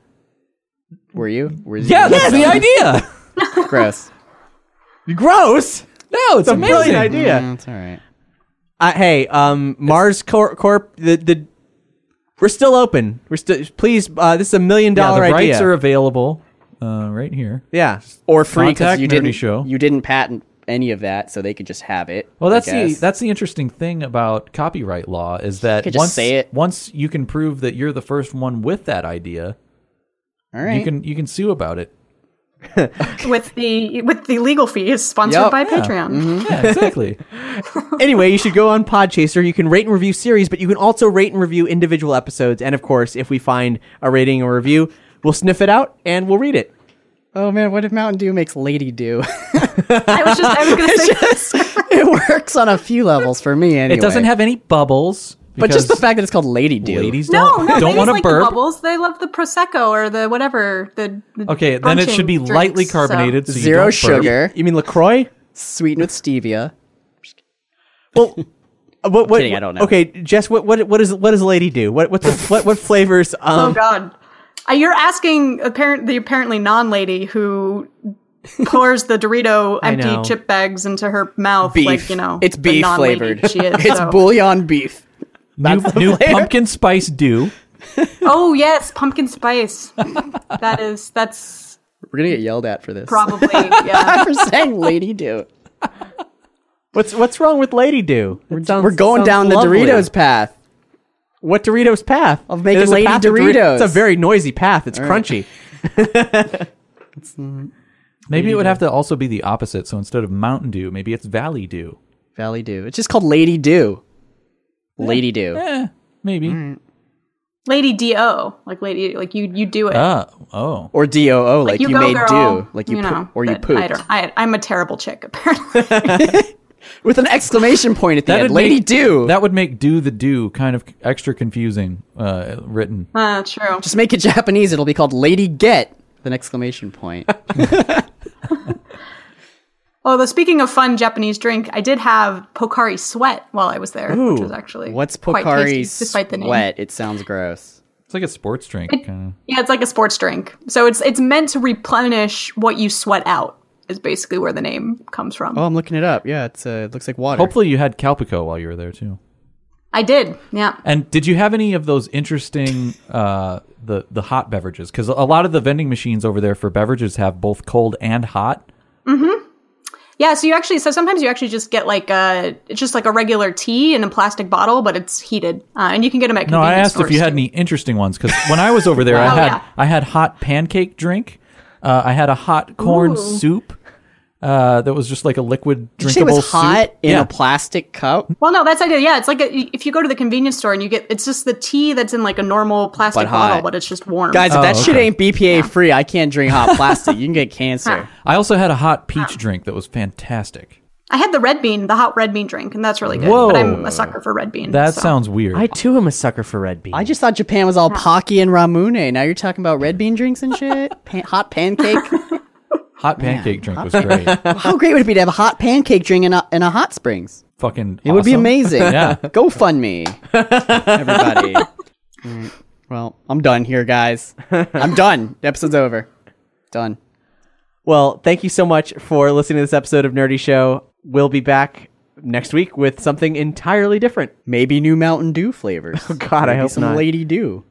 [SPEAKER 3] Were you? Were you
[SPEAKER 4] Yeah, that's the idea.
[SPEAKER 3] Gross.
[SPEAKER 2] gross?
[SPEAKER 4] No, it's
[SPEAKER 2] Brilliant
[SPEAKER 4] amazing.
[SPEAKER 2] idea.
[SPEAKER 3] Mm, That's all right.
[SPEAKER 2] Uh, hey, um, Mars Cor- Corp. The, the we're still open. We're still please. Uh, this is a million
[SPEAKER 4] Yeah, the
[SPEAKER 2] dollar idea.
[SPEAKER 4] rights are available uh, right here.
[SPEAKER 2] yeah,
[SPEAKER 3] or free because
[SPEAKER 4] Contact
[SPEAKER 3] you
[SPEAKER 4] Nerdy
[SPEAKER 3] didn't
[SPEAKER 4] Show.
[SPEAKER 3] you didn't patent any of that, so they could just have it.
[SPEAKER 4] Well,
[SPEAKER 3] I
[SPEAKER 4] that's the
[SPEAKER 3] guess.
[SPEAKER 4] that's the interesting thing about copyright law is that
[SPEAKER 3] could just
[SPEAKER 4] once
[SPEAKER 3] say it.
[SPEAKER 4] once you can prove that you're the first one with that idea,
[SPEAKER 3] all right.
[SPEAKER 4] you can you can sue about it.
[SPEAKER 5] with the with the legal fees sponsored
[SPEAKER 2] Yep.
[SPEAKER 5] by Patreon.
[SPEAKER 3] Mm-hmm.
[SPEAKER 4] Yeah, exactly.
[SPEAKER 2] anyway, you should go on Podchaser. You can rate and review series, but you can also rate and review individual episodes. And of course, if we find a rating or review, we'll sniff it out and we'll read it.
[SPEAKER 3] oh man, what if Mountain Dew makes Lady Dew?
[SPEAKER 5] I was just I was gonna say
[SPEAKER 3] it works on a few levels for me. Anyway,
[SPEAKER 4] It doesn't have any bubbles.
[SPEAKER 3] But just the
[SPEAKER 4] because
[SPEAKER 3] fact that it's called Lady Dew.
[SPEAKER 4] ladies
[SPEAKER 5] no,
[SPEAKER 4] don't
[SPEAKER 5] no.
[SPEAKER 4] don't
[SPEAKER 5] they
[SPEAKER 4] want
[SPEAKER 5] just
[SPEAKER 4] to
[SPEAKER 5] like
[SPEAKER 4] burp.
[SPEAKER 5] the bubbles. They love the prosecco or the whatever. The, the
[SPEAKER 4] Okay, then it
[SPEAKER 5] bunching
[SPEAKER 4] should be lightly
[SPEAKER 5] drinks, so-
[SPEAKER 4] carbonated. So. you
[SPEAKER 3] Zero
[SPEAKER 4] don't burp.
[SPEAKER 3] sugar,
[SPEAKER 2] You mean Lacroix?
[SPEAKER 3] sweetened with stevia.
[SPEAKER 2] Well, uh, what, what,
[SPEAKER 3] kidding, I don't know.
[SPEAKER 2] Okay, Jess, what what what is what does Lady do? What what's the, what what flavors?
[SPEAKER 5] Oh
[SPEAKER 2] Um,
[SPEAKER 5] God, Uh, you're asking apparent the apparently non lady who pours the Dorito
[SPEAKER 2] I
[SPEAKER 5] empty
[SPEAKER 2] know.
[SPEAKER 5] chip bags into her mouth,
[SPEAKER 3] Beef.
[SPEAKER 5] like you know,
[SPEAKER 3] it's
[SPEAKER 5] the
[SPEAKER 3] beef
[SPEAKER 5] non-lady
[SPEAKER 3] flavored.
[SPEAKER 5] She is.
[SPEAKER 3] it's
[SPEAKER 5] so.
[SPEAKER 3] bouillon beef.
[SPEAKER 4] New, new pumpkin spice dew.
[SPEAKER 5] oh yes, pumpkin spice. that is that's
[SPEAKER 3] We're gonna get yelled at for this.
[SPEAKER 5] probably yeah.
[SPEAKER 3] for saying Lady Dew.
[SPEAKER 2] what's what's wrong with Lady do? We're,
[SPEAKER 3] We're going down the Doritos path.
[SPEAKER 2] What Doritos path?
[SPEAKER 3] Of making
[SPEAKER 2] There's a
[SPEAKER 3] Lady
[SPEAKER 2] path to Dori-
[SPEAKER 3] Doritos.
[SPEAKER 2] It's a very noisy path. It's crunchy.
[SPEAKER 4] Maybe it would have to also be the opposite. So instead of Mountain Dew, maybe it's Valley Dew.
[SPEAKER 3] Valley Dew. It's just called Lady Dew. Lady Dew.
[SPEAKER 4] Eh, maybe.
[SPEAKER 5] Lady Do, like lady, like you you do it.
[SPEAKER 4] Ah, oh.
[SPEAKER 3] Or DOO, like, you,
[SPEAKER 5] go,
[SPEAKER 3] made
[SPEAKER 5] girl,
[SPEAKER 3] do. Like you, poo-
[SPEAKER 5] know,
[SPEAKER 3] or you
[SPEAKER 5] but
[SPEAKER 3] pooped.
[SPEAKER 5] I don't, I, I'm a terrible chick, apparently.
[SPEAKER 3] With an exclamation point at the end.
[SPEAKER 4] would
[SPEAKER 3] Lady
[SPEAKER 4] make-
[SPEAKER 3] Dew.
[SPEAKER 4] That would make do the do kind of extra confusing uh, written.
[SPEAKER 5] uh, true.
[SPEAKER 3] just make it Japanese. It'll be called Lady Get. With an exclamation point.
[SPEAKER 5] Although speaking of fun Japanese drink, I did have Pokari Sweat while I was there, which was actually
[SPEAKER 3] What's
[SPEAKER 5] quite
[SPEAKER 3] Pokari
[SPEAKER 5] tasty, despite the name.
[SPEAKER 3] sweat? It sounds gross.
[SPEAKER 4] It's like a sports drink. kinda.
[SPEAKER 5] Yeah, it's like a sports drink. So it's it's meant to replenish what you sweat out. Is basically where the name comes from.
[SPEAKER 3] Oh, I'm looking it up. Yeah, it's uh, it looks like water.
[SPEAKER 4] Hopefully, you had Calpico while you were there too.
[SPEAKER 5] I did. Yeah.
[SPEAKER 4] And did you have any of those interesting uh, the the hot beverages? Because a lot of the vending machines over there for beverages have both cold and hot.
[SPEAKER 5] Yeah, so you actually so sometimes you actually just get like a it's just like a regular tea in a plastic bottle, but it's heated, uh, and you can get them at
[SPEAKER 4] No, I
[SPEAKER 5] convenience
[SPEAKER 4] asked if
[SPEAKER 5] stores,
[SPEAKER 4] you had
[SPEAKER 5] too.
[SPEAKER 4] any interesting ones because when I was over there, I
[SPEAKER 5] Oh,
[SPEAKER 4] had
[SPEAKER 5] yeah.
[SPEAKER 4] I had hot pancake drink. Uh, I had a hot corn soup uh, that was just like a liquid
[SPEAKER 3] Did you say it
[SPEAKER 4] drinkable
[SPEAKER 3] was hot
[SPEAKER 4] soup.
[SPEAKER 3] in
[SPEAKER 4] yeah.
[SPEAKER 3] a plastic cup?
[SPEAKER 5] Well, no, that's the idea. Yeah, it's like a, if you go to the convenience store and you get it's just the tea that's in like a normal plastic
[SPEAKER 3] But hot.
[SPEAKER 5] bottle, but it's just warm.
[SPEAKER 3] Guys, if that shit
[SPEAKER 4] okay.
[SPEAKER 3] ain't BPA free, I can't drink hot plastic. You can get cancer.
[SPEAKER 4] I also had a hot
[SPEAKER 3] Ah.
[SPEAKER 4] peach drink that was fantastic.
[SPEAKER 5] I had the red bean, the hot red bean drink, and that's really good.
[SPEAKER 4] Whoa.
[SPEAKER 5] But I'm a sucker for red bean.
[SPEAKER 4] That
[SPEAKER 5] so.
[SPEAKER 4] sounds weird.
[SPEAKER 2] I too am a sucker for red bean.
[SPEAKER 3] I just thought Japan was all Pocky and Ramune. Now you're talking about red bean drinks and shit? Pan- hot pancake?
[SPEAKER 4] hot pancake drink was great.
[SPEAKER 3] How great would it be to have a hot pancake drink in a, in a hot springs?
[SPEAKER 4] Fucking.
[SPEAKER 3] It would be
[SPEAKER 4] awesome.
[SPEAKER 3] amazing.
[SPEAKER 4] Yeah.
[SPEAKER 3] Go fund me, everybody. Mm. Well, I'm done here, guys. I'm done. The episode's over. Done.
[SPEAKER 2] Well, thank you so much for listening to this episode of Nerdy Show. We'll be back next week with something entirely different.
[SPEAKER 3] Maybe new Mountain Dew flavors. Oh
[SPEAKER 2] God, I
[SPEAKER 3] Maybe
[SPEAKER 2] hope
[SPEAKER 3] some
[SPEAKER 2] not.
[SPEAKER 3] Lady Dew.